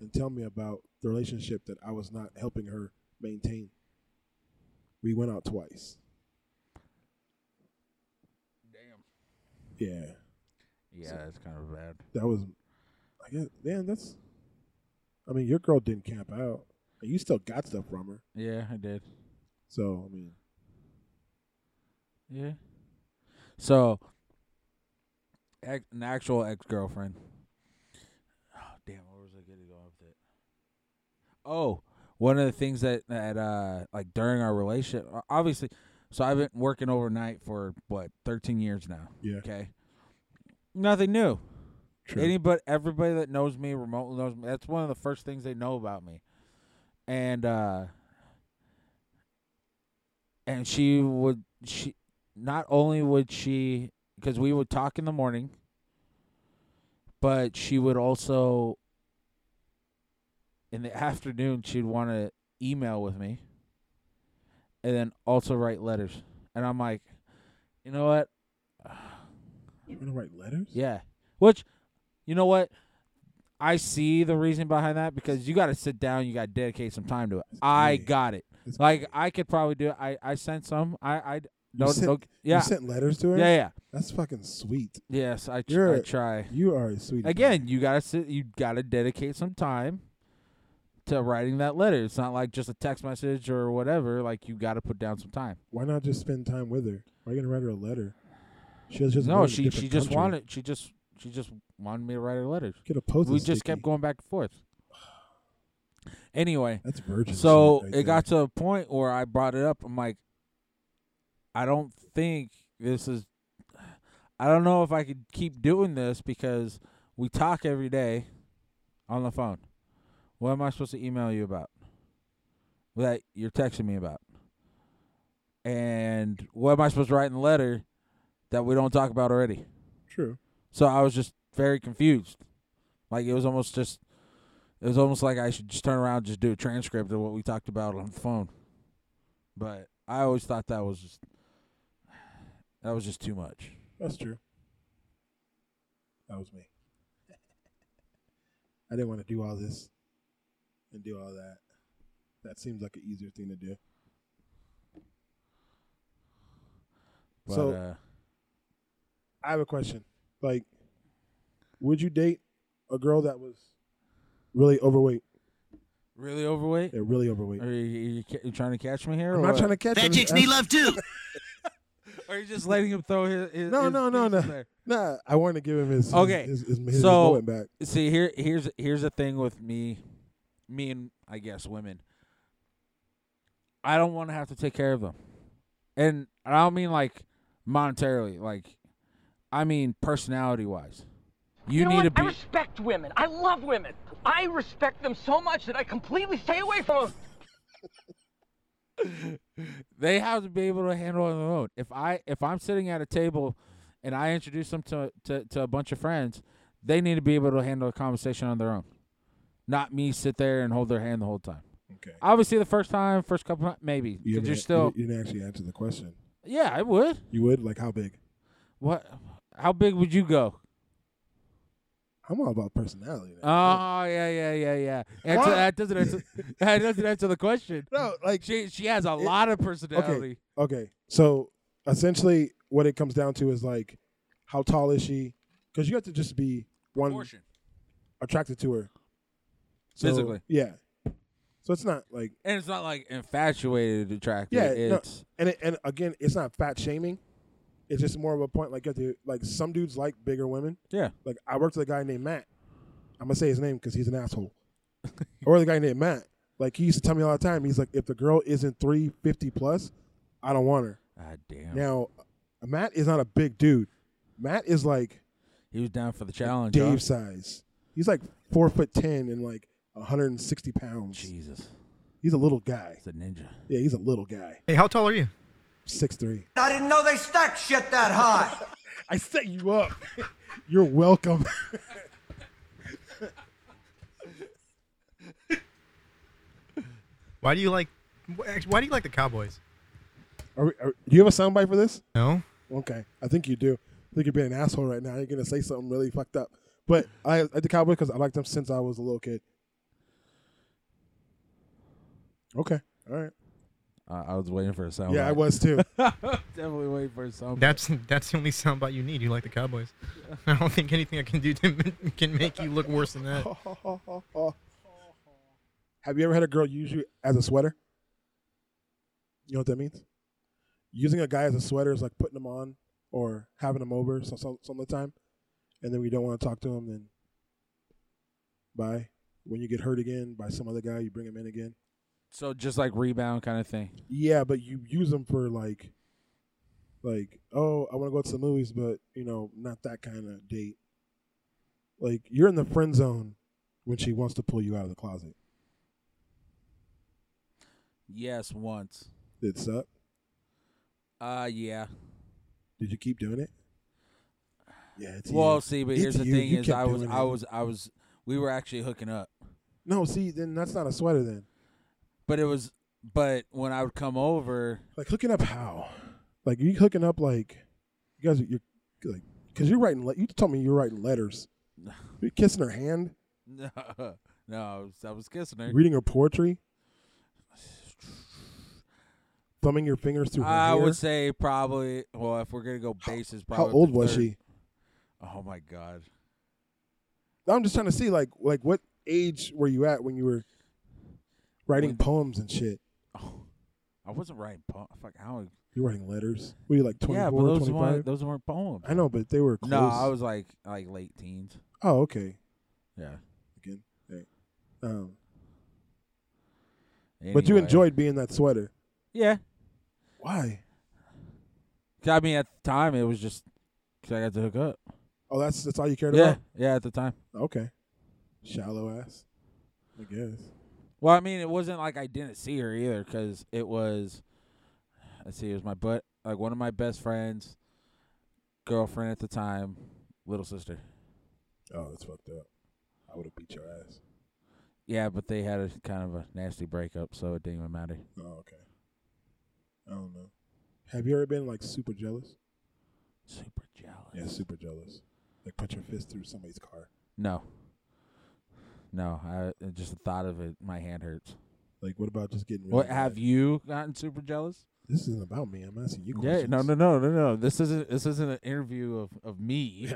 and tell me about the relationship that I was not helping her maintain. We went out twice. Damn. Yeah,
Yeah, it's kind of bad.
that was. I guess. Man, that's. I mean, your girl didn't camp out, and you still got stuff from her.
Yeah, I did.
So I mean,
Yeah. So, ex- an actual ex girlfriend. Oh damn! Where was I gonna go with it? Oh, one of the things that that uh like during our relationship, o- obviously. So I've been working overnight for what thirteen years now.
yeah,
Okay. Nothing new.
true.
Anybody, everybody that knows me remotely knows me. That's one of the first things they know about me. And uh and she would she not only would she because we would talk in the morning, but she would also in the afternoon she'd want to email with me and then also write letters. And I'm like, you know what?
You're gonna write letters.
Yeah. Which, you know what? I see the reason behind that because you got to sit down. You got to dedicate some time to it. I
great.
got it.
It's
Like I could probably do it. I I sent some. I I
you
no
sent,
no
you
yeah
sent letters to
yeah
her.
yeah
That's fucking sweet.
yes I tr- I
You're-
try
You are a sweet.
again. You gotta sit. You gotta dedicate some time to writing that letter. It's not like just a text message or whatever. Like you gotta put down some time.
Why not just spend time with her? Why are you gonna write her a letter? She was just
No,
born in a
she
different
she just
country.
wanted she just she just wanted me to write her letters.
get a post.
we just kept going back and forth. Anyway,
That's virgin.
so
shit right
it
there.
got to a point where I brought it up. I'm like, I don't think this is. I don't know if I could keep doing this because we talk every day on the phone. What am I supposed to email you about? That you're texting me about? And what am I supposed to write in the letter that we don't talk about already?
true.
So I was just very confused. Like it was almost just it was almost like I should just turn around and just do a transcript of what we talked about on the phone. But I always thought that was just that was just too much.
That's true. That was me. I didn't want to do all this and do all that. That seems like an easier thing to do.
But
So-
uh
I have a question. Like, would you date a girl that was really overweight?
really overweight?
Yeah, really overweight.
Are you, you, ca- you trying to catch me here?
I'm
or
not
what?
trying to catch. her,
Fat
I'm just
chicks need
asking-
love too.
Are you just letting him throw his, his
No,
his
no, no,
things
no.
in there?
Nah, I want to give him his
Okay,
His, his, his, his
so-
moment back.
see here here's here's the thing with me me and i guess women i don't want to have to take care of them and i don't mean like monetarily like i mean personality wise You,
know
need
what?
to
I
be.
respect women. I love women. I respect them so much that I completely stay away from them.
they have to be able to handle it on their own. If I if I'm sitting at a table and I introduce them to, to, to a bunch of friends, they need to be able to handle a conversation on their own. Not me sit there and hold their hand the whole time.
Okay.
Obviously, the first time, first couple, ti- maybe
You
because
didn't-
you're still.
You didn't actually answer the question.
Yeah, I would.
You would like how big?
What? How big would you go?
I'm all about personality. man.
Oh yeah, yeah, yeah, yeah. Answer,
What?
that doesn't answer. that doesn't answer the question.
no, like
She she has a lot of personality.
Okay. So essentially, what it comes down to is like, how tall is she? Because you have to just be one
Proportion.
attracted to her. So,
Physically.
Yeah. So it's not like
And it's not like infatuated attractive.
yeah. no.
it's
And it, and again, it's not fat shaming. It's just more of a point like you have to like some dudes like bigger women.
yeah.
Like I worked with a guy named Matt. I'm gonna say his name because he's an asshole. or the guy named Matt. Like he used to tell me all the time. He's like, if the girl isn't 350 plus, I don't want her.
Ah damn.
Now, Matt is not a big dude. Matt is like
He was down for the challenge.
Dave
huh?
size. He's like four foot ten and like 160 pounds.
Jesus,
He's a little guy.
it's a ninja.
Yeah, he's a little guy.
Hey, how tall are you?
Six three.
I didn't know they stacked shit that high.
I set you up. You're welcome.
Why do you like? wh- actually, Why do you like the Cowboys?
Are we, are, do you have a soundbite for this?
No.
Okay, I think you do. I think you're being an asshole right now. You're gonna say something really fucked up. But I like the Cowboys because I liked them since I was a little kid. Okay, all right.
Uh, I was waiting for a sound.
Yeah, I was too.
definitely waiting for a sound.
That's that's the only soundbite you need. You like the Cowboys. I don't think anything I can do to, can make you look worse than that.
Have you ever had a girl use you as a sweater? You know what that means? Using a guy as a sweater is like putting him on or having him over some some, some of the time, and then we don't want to talk to him. Then, bye. When you get hurt again by some other guy, you bring him in again.
so just like rebound kind of thing.
Yeah, but you use them for like, like oh, I want to go out to the movies, but you know, not that kind of date. Like you're in the friend zone when she wants to pull you out of the closet.
Yes, once.
Did it suck?
Uh, yeah.
Did you keep doing it? Yeah. It's
Well,
you.
see, but
It's
here's the
you.
thing:
You
is
kept
I was,
doing
I
it.
was, I was. We were actually hooking up,
no. See, then that's not a sweater. Then
but it was. But when I would come over,
like hooking up how? Like you hooking up like you guys? You're like because you're writing. Le- you told me you're writing letters. You're kissing her hand,
no, no, I was, I was kissing her.
reading her poetry, thumbing your fingers through her
I
hair.
would say probably. Well, if we're gonna go bases,
How
probably.
old
the
was
third-
she?
Oh my god.
I'm just trying to see like like what age were you at when you were writing
When-
poems and shit?
Oh, I wasn't writing poems. Fuck, how?
You were writing letters. Were you like 24,
Yeah, but those
25?
weren't those weren't poems.
I know, but they were close.
No, I was like like late teens.
Oh, okay.
Yeah.
Again. Hey. Um, But you
Anyway.
enjoyed being that sweater.
Yeah.
Why?
'Cause, I mean, at the time, it was just because I got to hook up.
Oh, that's that's all you cared
Yeah. Yeah, at the time.
about. Okay. Shallow ass. I guess.
Well, I mean, it wasn't like I didn't see her either because it was, let's see, it was my butt, like one of my best friends, girlfriend at the time, little sister.
Oh, that's fucked up. I would have beat your ass.
Yeah, but they had a kind of a nasty breakup, so it didn't even matter.
Oh, okay. I don't know. Have you ever been like super jealous?
Super jealous.
Yeah, super jealous. Like put your fist through somebody's car.
No. No, I I just the thought of it, my hand hurts.
Like, what about just getting? Really
What have
mad?
you gotten super jealous?
This isn't about me. I'm asking you
Yeah,
questions.
no, no, no, no, no. This isn't this isn't an interview of of me.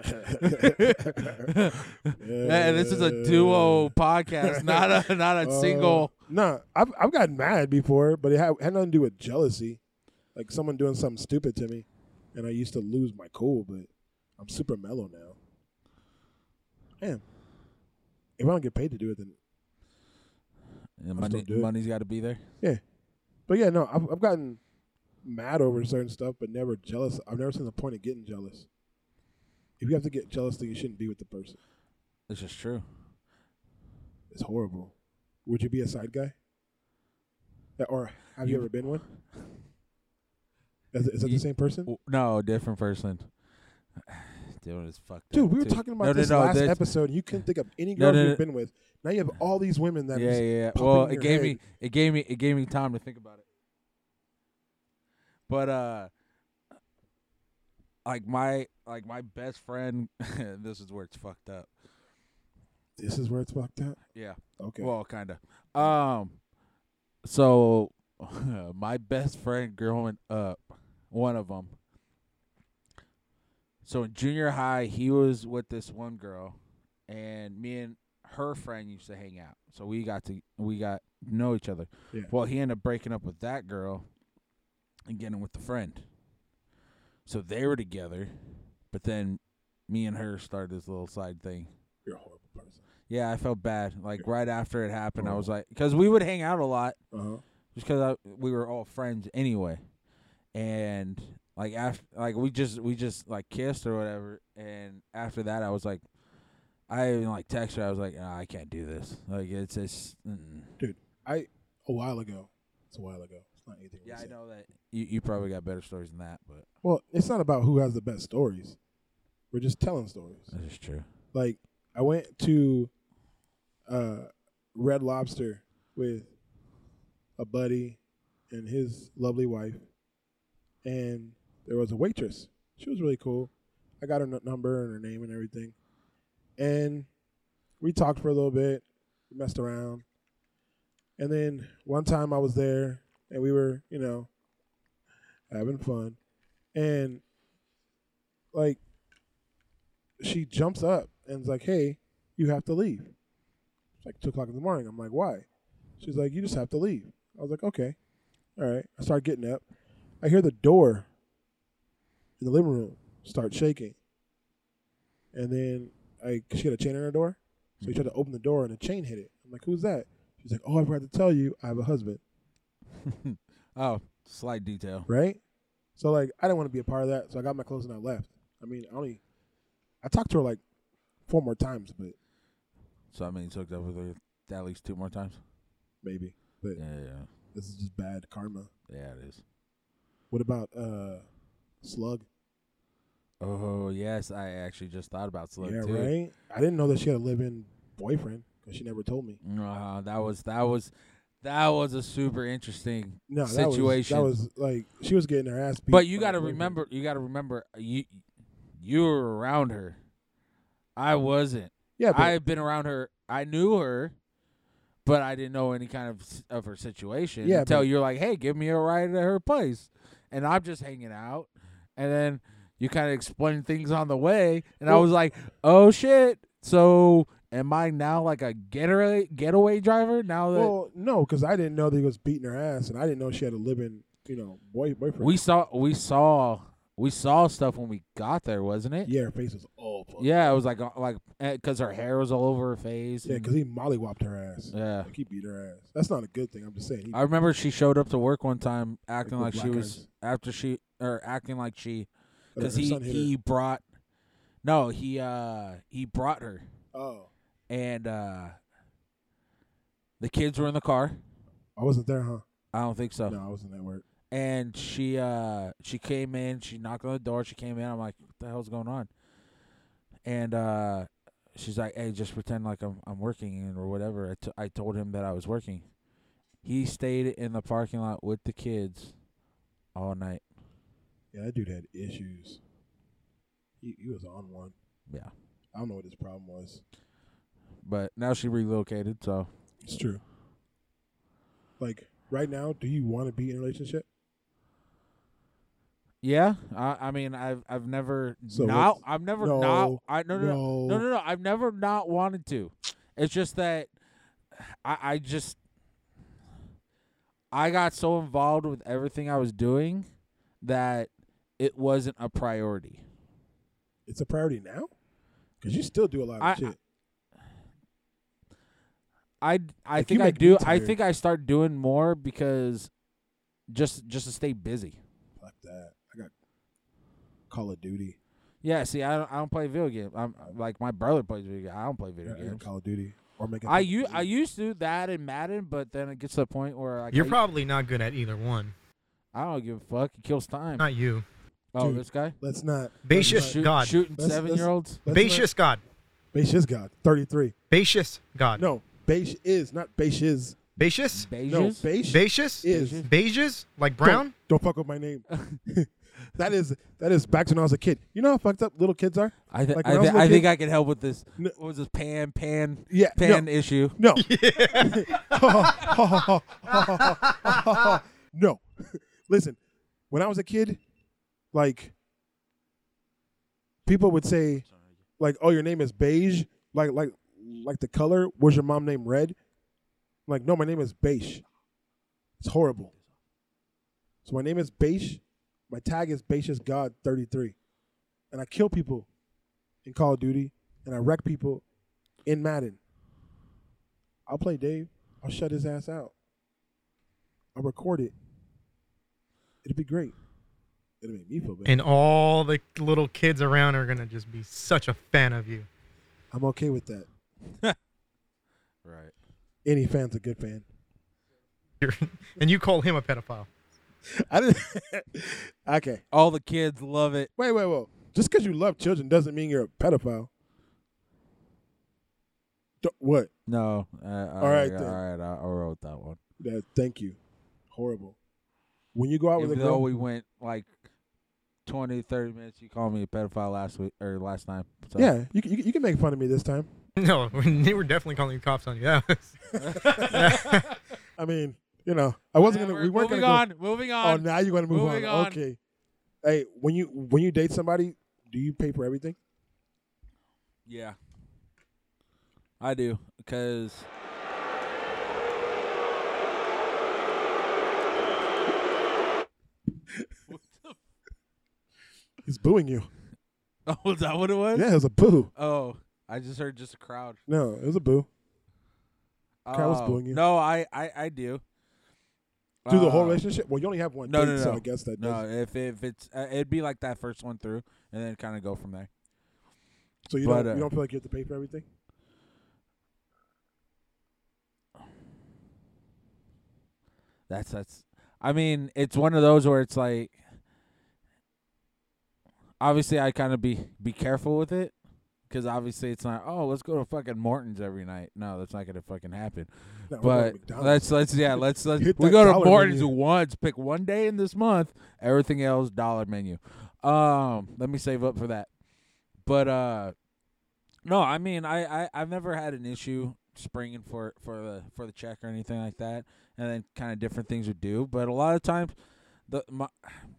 Yeah, this is a duo podcast, not a not a single.
No, Uh, I've I've gotten mad before, but it had, had nothing to do with jealousy, like someone doing something stupid to me, and I used to lose my cool. But I'm super mellow now. Man, if I don't get paid to do it, then Uh,
The money,
do it.
money's got to be there.
yeah. But yeah, no, I've I've gotten mad over certain stuff, but never jealous. I've never seen the point of getting jealous. If you have to get jealous, then you shouldn't be with the person.
This is true.
It's horrible. Would you be a side guy? Uh, Or have you, ever been one? Is, it- is that
You-
the same person?
W- No, different person. Dude, it's fucked. up,
Dude, we were
too.
talking about
No, no,
this
no,
last
that's-
episode. and You couldn't think of any
No,
girls
no,
you've
no.
been with. Now you have all these women that. are
Yeah,
just
yeah.
popping
Well,
in
it
your
gave
head.
me it gave me it gave me time to think about it. But uh, like my like my best friend, this is where it's fucked up.
This is where it's fucked up.
Yeah.
Okay.
Well, kind of. Um, so my best friend growing up, one of them. So in junior high, he was with this one girl, and me and her friend used to hang out. So we got to we got to know each other.
Yeah.
Well, he ended up breaking up with that girl, and getting with the friend. So they were together, but then me and her started this little side thing.
You're a horrible person.
Yeah, Oh. I felt bad. Like right after it happened, I was like, because we would hang out a lot,
Uh huh.
just because we were all friends anyway. And like after, like we just we just like kissed or whatever. And after that, I was like, I even like texted her. I was like, "Ah, I can't do this. Like it's it's. Mm.
Dude, I a while ago. It's a while ago. It's not anything.
Yeah, I
recent.
know that you you probably got better stories than that, but
Well, it's not about who has the best stories. We're just telling stories.
this is true.
Like I went to uh Red Lobster with a buddy and his lovely wife and there was a waitress. She was really cool. I got her n- number and her name and everything. And we talked for a little bit, we messed around. And then one time I was there and we were, you know, having fun. And like she jumps up and's like, "Hey, you have to leave." It's like two o'clock in the morning. I'm like, "Why?" She's like, "You just have to leave." I was like, "Okay, all right." I start getting up. I hear the door in the living room start shaking, and then I she had a chain on her door, so he tried to open the door and the chain hit it. I'm like, "Who's that?" She's like, "Oh, I forgot to tell you, I have a husband."
Oh, slight detail.
right? So like, I didn't want to be a part of that, so I got my clothes and I left. I mean, I only I talked to her like four more times, but
So I mean, it's hooked up with her at least two more times.
maybe. But
Yeah, yeah,
this is just bad karma.
yeah. It is.
What about uh Slug?
Oh yes, I actually just thought about Slug
yeah,
too.
right. I didn't know that she had a live-in boyfriend because she never told me.
Uh, that was that was that was a super interesting
No, that was-
situation.
that was like she was getting her ass beat.
but you
by
got to
her boyfriend.
remember, you got to remember, uh, you you were around her. I wasn't.
Yeah, but,
I had been around her. I knew her, but I didn't know any kind of s- of her situation
Yeah,
until
but-
you're like, "Hey, give me a ride to her place," and I'm just hanging out, and then you kind of explain things on the way, and I
Well-
was like, "Oh shit!" So am I now like a getaway getaway driver now that?
well, no, because I didn't know that he was beating her ass, and I didn't know she had a living, you know, boy boyfriend.
We saw we saw we saw stuff when we got there, wasn't it?
yeah, her face was all fucked.
Yeah, it was like uh, like because her hair was all over her face.
yeah,
and-
because he mollywopped her ass.
yeah. Uh,
Like he beat her ass. That's not a good thing. I'm just saying. He,
I remember she showed up to work one time acting
Like with
like, she
black
was
eyes.
after she or acting like she
her
because he
son hit her.
he brought no he uh he brought her
Oh,
and uh the kids were in the car.
I wasn't there, huh?
I don't think so.
No, I wasn't at work.
and she uh she came in she knocked on the door she came in i'm like what the hell's going on and uh she's like hey just pretend like i'm i'm working or whatever I, t- I told him that i was working he stayed in the parking lot with the kids all night
Yeah, that dude had issues. He he was on one.
yeah
I don't know what his problem was.
but now she relocated so
It's true. Like right now, do you want to be in a relationship?
yeah i i mean i've i've never
So
not
what's-
i've never
no,
not i no no, no No,
No.
no, no. I've never not wanted to. It's just that I, I just I got so involved with everything I was doing that it wasn't a priority.
It's a priority now. Cause you still do a lot of
I-
shit.
I I
Like, you
think I
make me
do. I
tired.
think I start doing more because just just to stay busy.
Fuck that. I got Call of Duty.
Yeah, see, I don't, I don't play video game. I'm like my brother plays video game. I don't play video games.
Call of Duty or make.
I u- I used to that and Madden, but then it gets to the point where like,
You're
I,
probably not good at either one.
I don't give a fuck. It kills time.
Not you.
oh,
Dude.
this guy
Let's not.
Bacious
Shoot,
God.
shooting
Let's- let's-
seven year olds.
let's not-
Bacious God.
Bacious God. Thirty three.
Bacious God.
No, Bash is not Bash is.
Bacious?
No,
Beaches.
Bash
Bacious?
is.
Beiges? Like brown?
Don't, don't fuck up my name. that is that is back to when I was a kid. You know how fucked up little kids are.
I, th-
Like, when
I,
I was
th-
a
I
kid-
think I can help with this.
No.
What was this pan pan
Yeah, no.
pan issue?
No. no. Listen, when I was a kid, like people would say, like, "Oh, your name is beige," like, like, like the color. Was your mom named Red? I'm like, no, my name is beige. It's horrible. So my name is beige. My tag is Beige God thirty three, and I kill people in Call of Duty, and I wreck people in Madden. I'll play Dave. I'll shut his ass out. I'll record it. It'll be great. It'll make me feel better.
And all the little kids around are going to just be such a fan of you.
I'm okay with that.
Right.
Any fan's a good fan.
You're, and you call him a pedophile.
I didn't. okay.
All the kids love it.
Wait, wait, wait. Just because you love children doesn't mean you're a pedophile. Don't- what?
No. Uh, all
right,
right. All
then.
right. I, I wrote that one.
That, thank you. Horrible. When you go out with a
Even though
girl,
we went like 20, 30 minutes, you called me a pedophile last week or last time. So.
yeah, you, can- you, can- you can make fun of me this time.
No, they were definitely calling the cops on you. That was-
I mean, you know, I wasn't gonna. We weren't
moving
gonna go-
on. moving
Oh,
on.
now you're going to move on.
Moving on.
Okay. Hey, when you when you date somebody, do you pay for everything?
Yeah. I do because
He's booing you.
oh, is that what it was?
Yeah, it was a boo.
Oh, I just heard just a crowd.
No, it was a boo. Crowd was
Oh,
booing you.
No, I I I do.
Through the whole
Uh,
relationship? Well, you only have one
No,
date,
no,
so
no.
I guess that
No,
does.
if if it's uh, it'd be like that first one through, and then kind of go from there.
So you
but,
don't
uh,
you don't feel like you have to pay for everything?
That's that's. I mean, it's one of those where it's like. Obviously, I kind of be be careful with it, because obviously it's not. Oh, let's go to fucking Morton's every night. No, that's not gonna fucking happen.
No, we're going to
But
McDonald's.
let's let's yeah let's let's
Hit
we
that
go to
dollar
Morton's
menu.
once. Pick one day in this month. Everything else dollar menu. Um, let me save up for that. But uh, no, I mean I I I've never had an issue springing for for the for the check or anything like that, and then kind of different things would do. But a lot of times, the my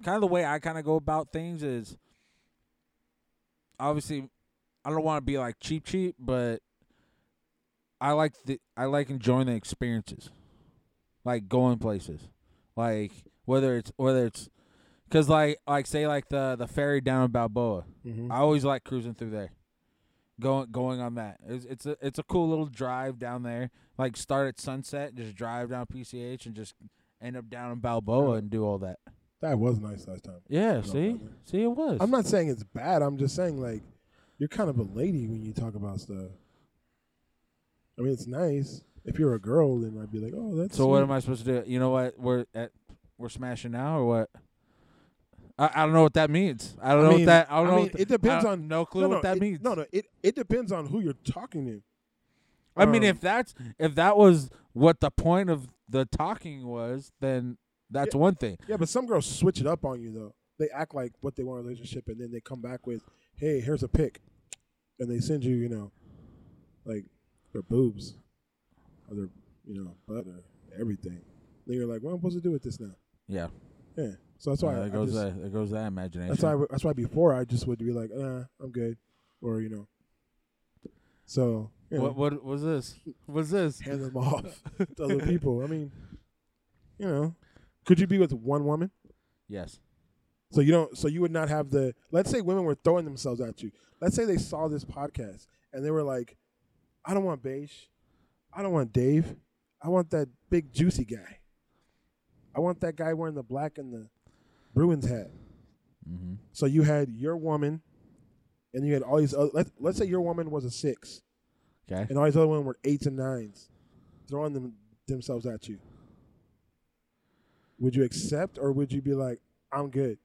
kind of the way I kind of go about things is obviously I don't want to be like cheap cheap, but I like the I like enjoying the experiences, like going places, like whether it's whether it's because like like say like the the ferry down in Balboa.
Mm-hmm.
I always like cruising through there, going going on that. It's it's a it's a cool little drive down there. Like start at sunset, just drive down PCH and just end up down in Balboa and do all that.
that was nice last time.
Yeah, see, see, it was.
I'm not saying it's bad. I'm just saying, like, you're kind of a lady when you talk about stuff. I mean, it's nice. If you're a girl, then I'd be like, oh, that's.
So what am I supposed to do? You know what? We're at we're smashing now or what? I, I don't know what that means. I don't know
mean-
what that. I don't know.
mean,
what th-
it depends
I don't-
on
no clue what that
it-
means.
No, no, it, it depends on who you're talking to.
I mean,
um,
if that's if that was what the point of the talking was, then that's one thing.
Yeah, but some girls switch it up on you though. They act like what they want in a relationship, and then they come back with, "Hey, here's a pic," and they send you, you know, like their boobs, or their, you know, butt, or everything. Then you're like, "What am I supposed to do with this now?"
Yeah,
Yeah, so that's
uh,
why I, I
there goes
just-
that. There goes that imagination.
that's why I, that's why before I just would be like, "Nah, I'm good," or you know. So you know,
What what was this? Was this?
hand them off to other people. I mean, you know, could you be with one woman?
Yes.
So you don't. So you would not have the. Let's say women were throwing themselves at you. Let's say they saw this podcast and they were like, "I don't want beige. I don't want Dave. I want that big juicy guy. I want that guy wearing the black and the Bruins hat." So you had your woman and you had all these. Other, let, let's say your woman was a six,
Okay.
and all these other women were eights and nines, throwing them themselves at you. Would you accept, or would you be like, "I'm good"?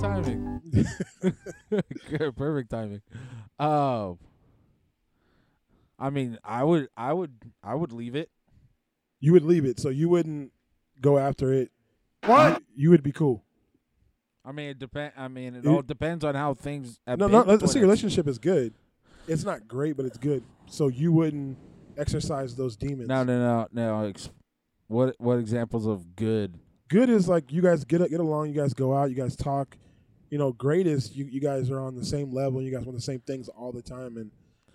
timing. Good, perfect timing. Um, I mean, I would, I would, I would leave it.
You would leave it, so you wouldn't go after it. What? You would be cool.
I mean, it depend. I mean, it
You-
all depends on how things. have
No,
been
no. Let's, let's
between
say
us.
your relationship is good. It's not great, but it's good. So you wouldn't exercise those demons.
No, no, no, no. Ex- what, what examples of good?
good is like you guys get get along, you guys go out, you guys talk. You know, great is you, you guys are on the same level, you guys want the same things all the time, and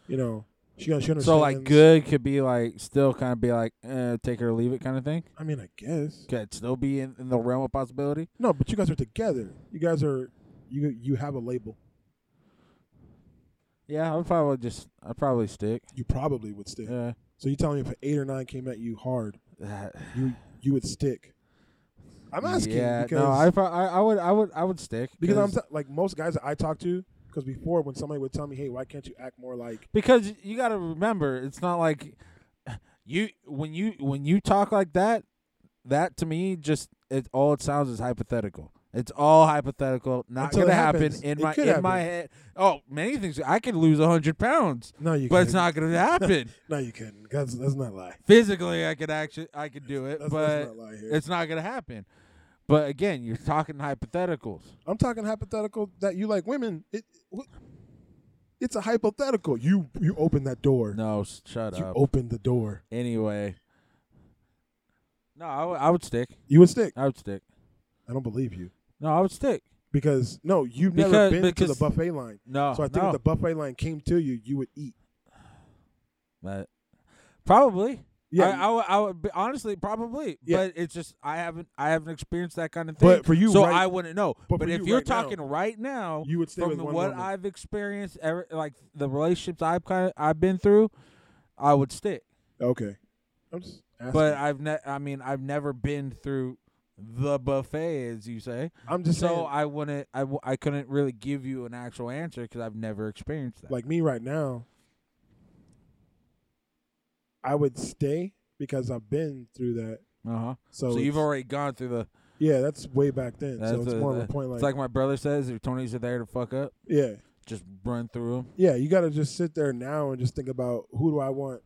you know she she understands.
So like, good could be like still kind of be like eh, take it or leave it kind of thing.
I mean, I guess
Could it still be in, in the realm of possibility.
no, but you guys are together. You guys are you you have a label.
Yeah, I would probably just, I'd probably stick. Uh,
You probably would stick.
Yeah.
So you telling me if an eight or nine came at you hard, you you would stick. I'm asking
yeah,
because
no, I, pro- I, I would, I would, I would stick
because I'm t- like most guys that I talk to. Because before, when somebody would tell me, "Hey, why can't you act more like?"
because you got to remember, it's not like you when you when you talk like that. That to me, just it all it sounds is hypothetical. It's all hypothetical, not
Until
gonna
it
happen
happens.
in
It
my in
could
my
happen.
head. Oh, many things. I could lose hundred pounds,
No, you.
but it's
couldn't.
not gonna happen.
No, you couldn't. That's that's not lie.
Physically, I could actually I could do it,
That's,
but
that's not lie here.
it's not gonna happen. But again, you're talking hypotheticals.
I'm talking hypothetical that you like women. It, wh- it's a hypothetical. You you open that door.
No, s- shut
you
up.
open the door.
Anyway, no, I would- I would stick.
You would stick.
I would stick.
I don't believe you
No, I would stick.
because no, you've never
Because-
been to
because-
the buffet line.
No,
so I think
no.
if the buffet line came to you, you would eat.
But probably.
Yeah.
Yeah, I, I would. I would be, honestly probably,
Yeah.
but it's just I haven't. I haven't experienced that kind of thing.
But for you
so
right-
I wouldn't know.
but
But,
for
if
you
you're
right now,
talking right now,
you would stay
from
with
the,
one
what
woman.
I've experienced, ever, like the relationships I've kind of I've been through, I would stick.
Okay. I'm just asking.
But I've ne- I mean, I've never been through the buffet, as you say.
I'm just
so
saying,
I wouldn't. I, w- I couldn't really give you an actual answer because I've never experienced that.
like me right now, I would stay because I've been through that.
uh huh.
So,
so you've
it's-
already gone through the
yeah, that's way back then.
That's
so it's
a-
more of a
that-
point
It's
like,
like my brother says, if Tony's are there to fuck up,
yeah.
just run through them.
Yeah, you got to just sit there now and just think about who do I want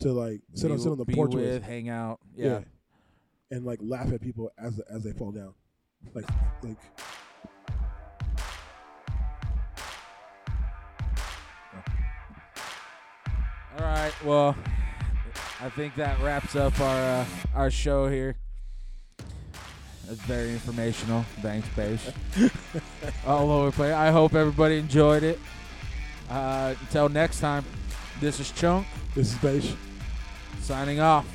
to like sit on sit on the
be
porch
with,
with,
hang out. Yeah.
and like laugh at people as as they fall down, like like.
All right. Well, I think that wraps up our uh, our show here. That's very informational. Thanks, Bash. All over the place. I hope everybody enjoyed it. Uh, until next time, this is Chunk
This is Beish.
signing off.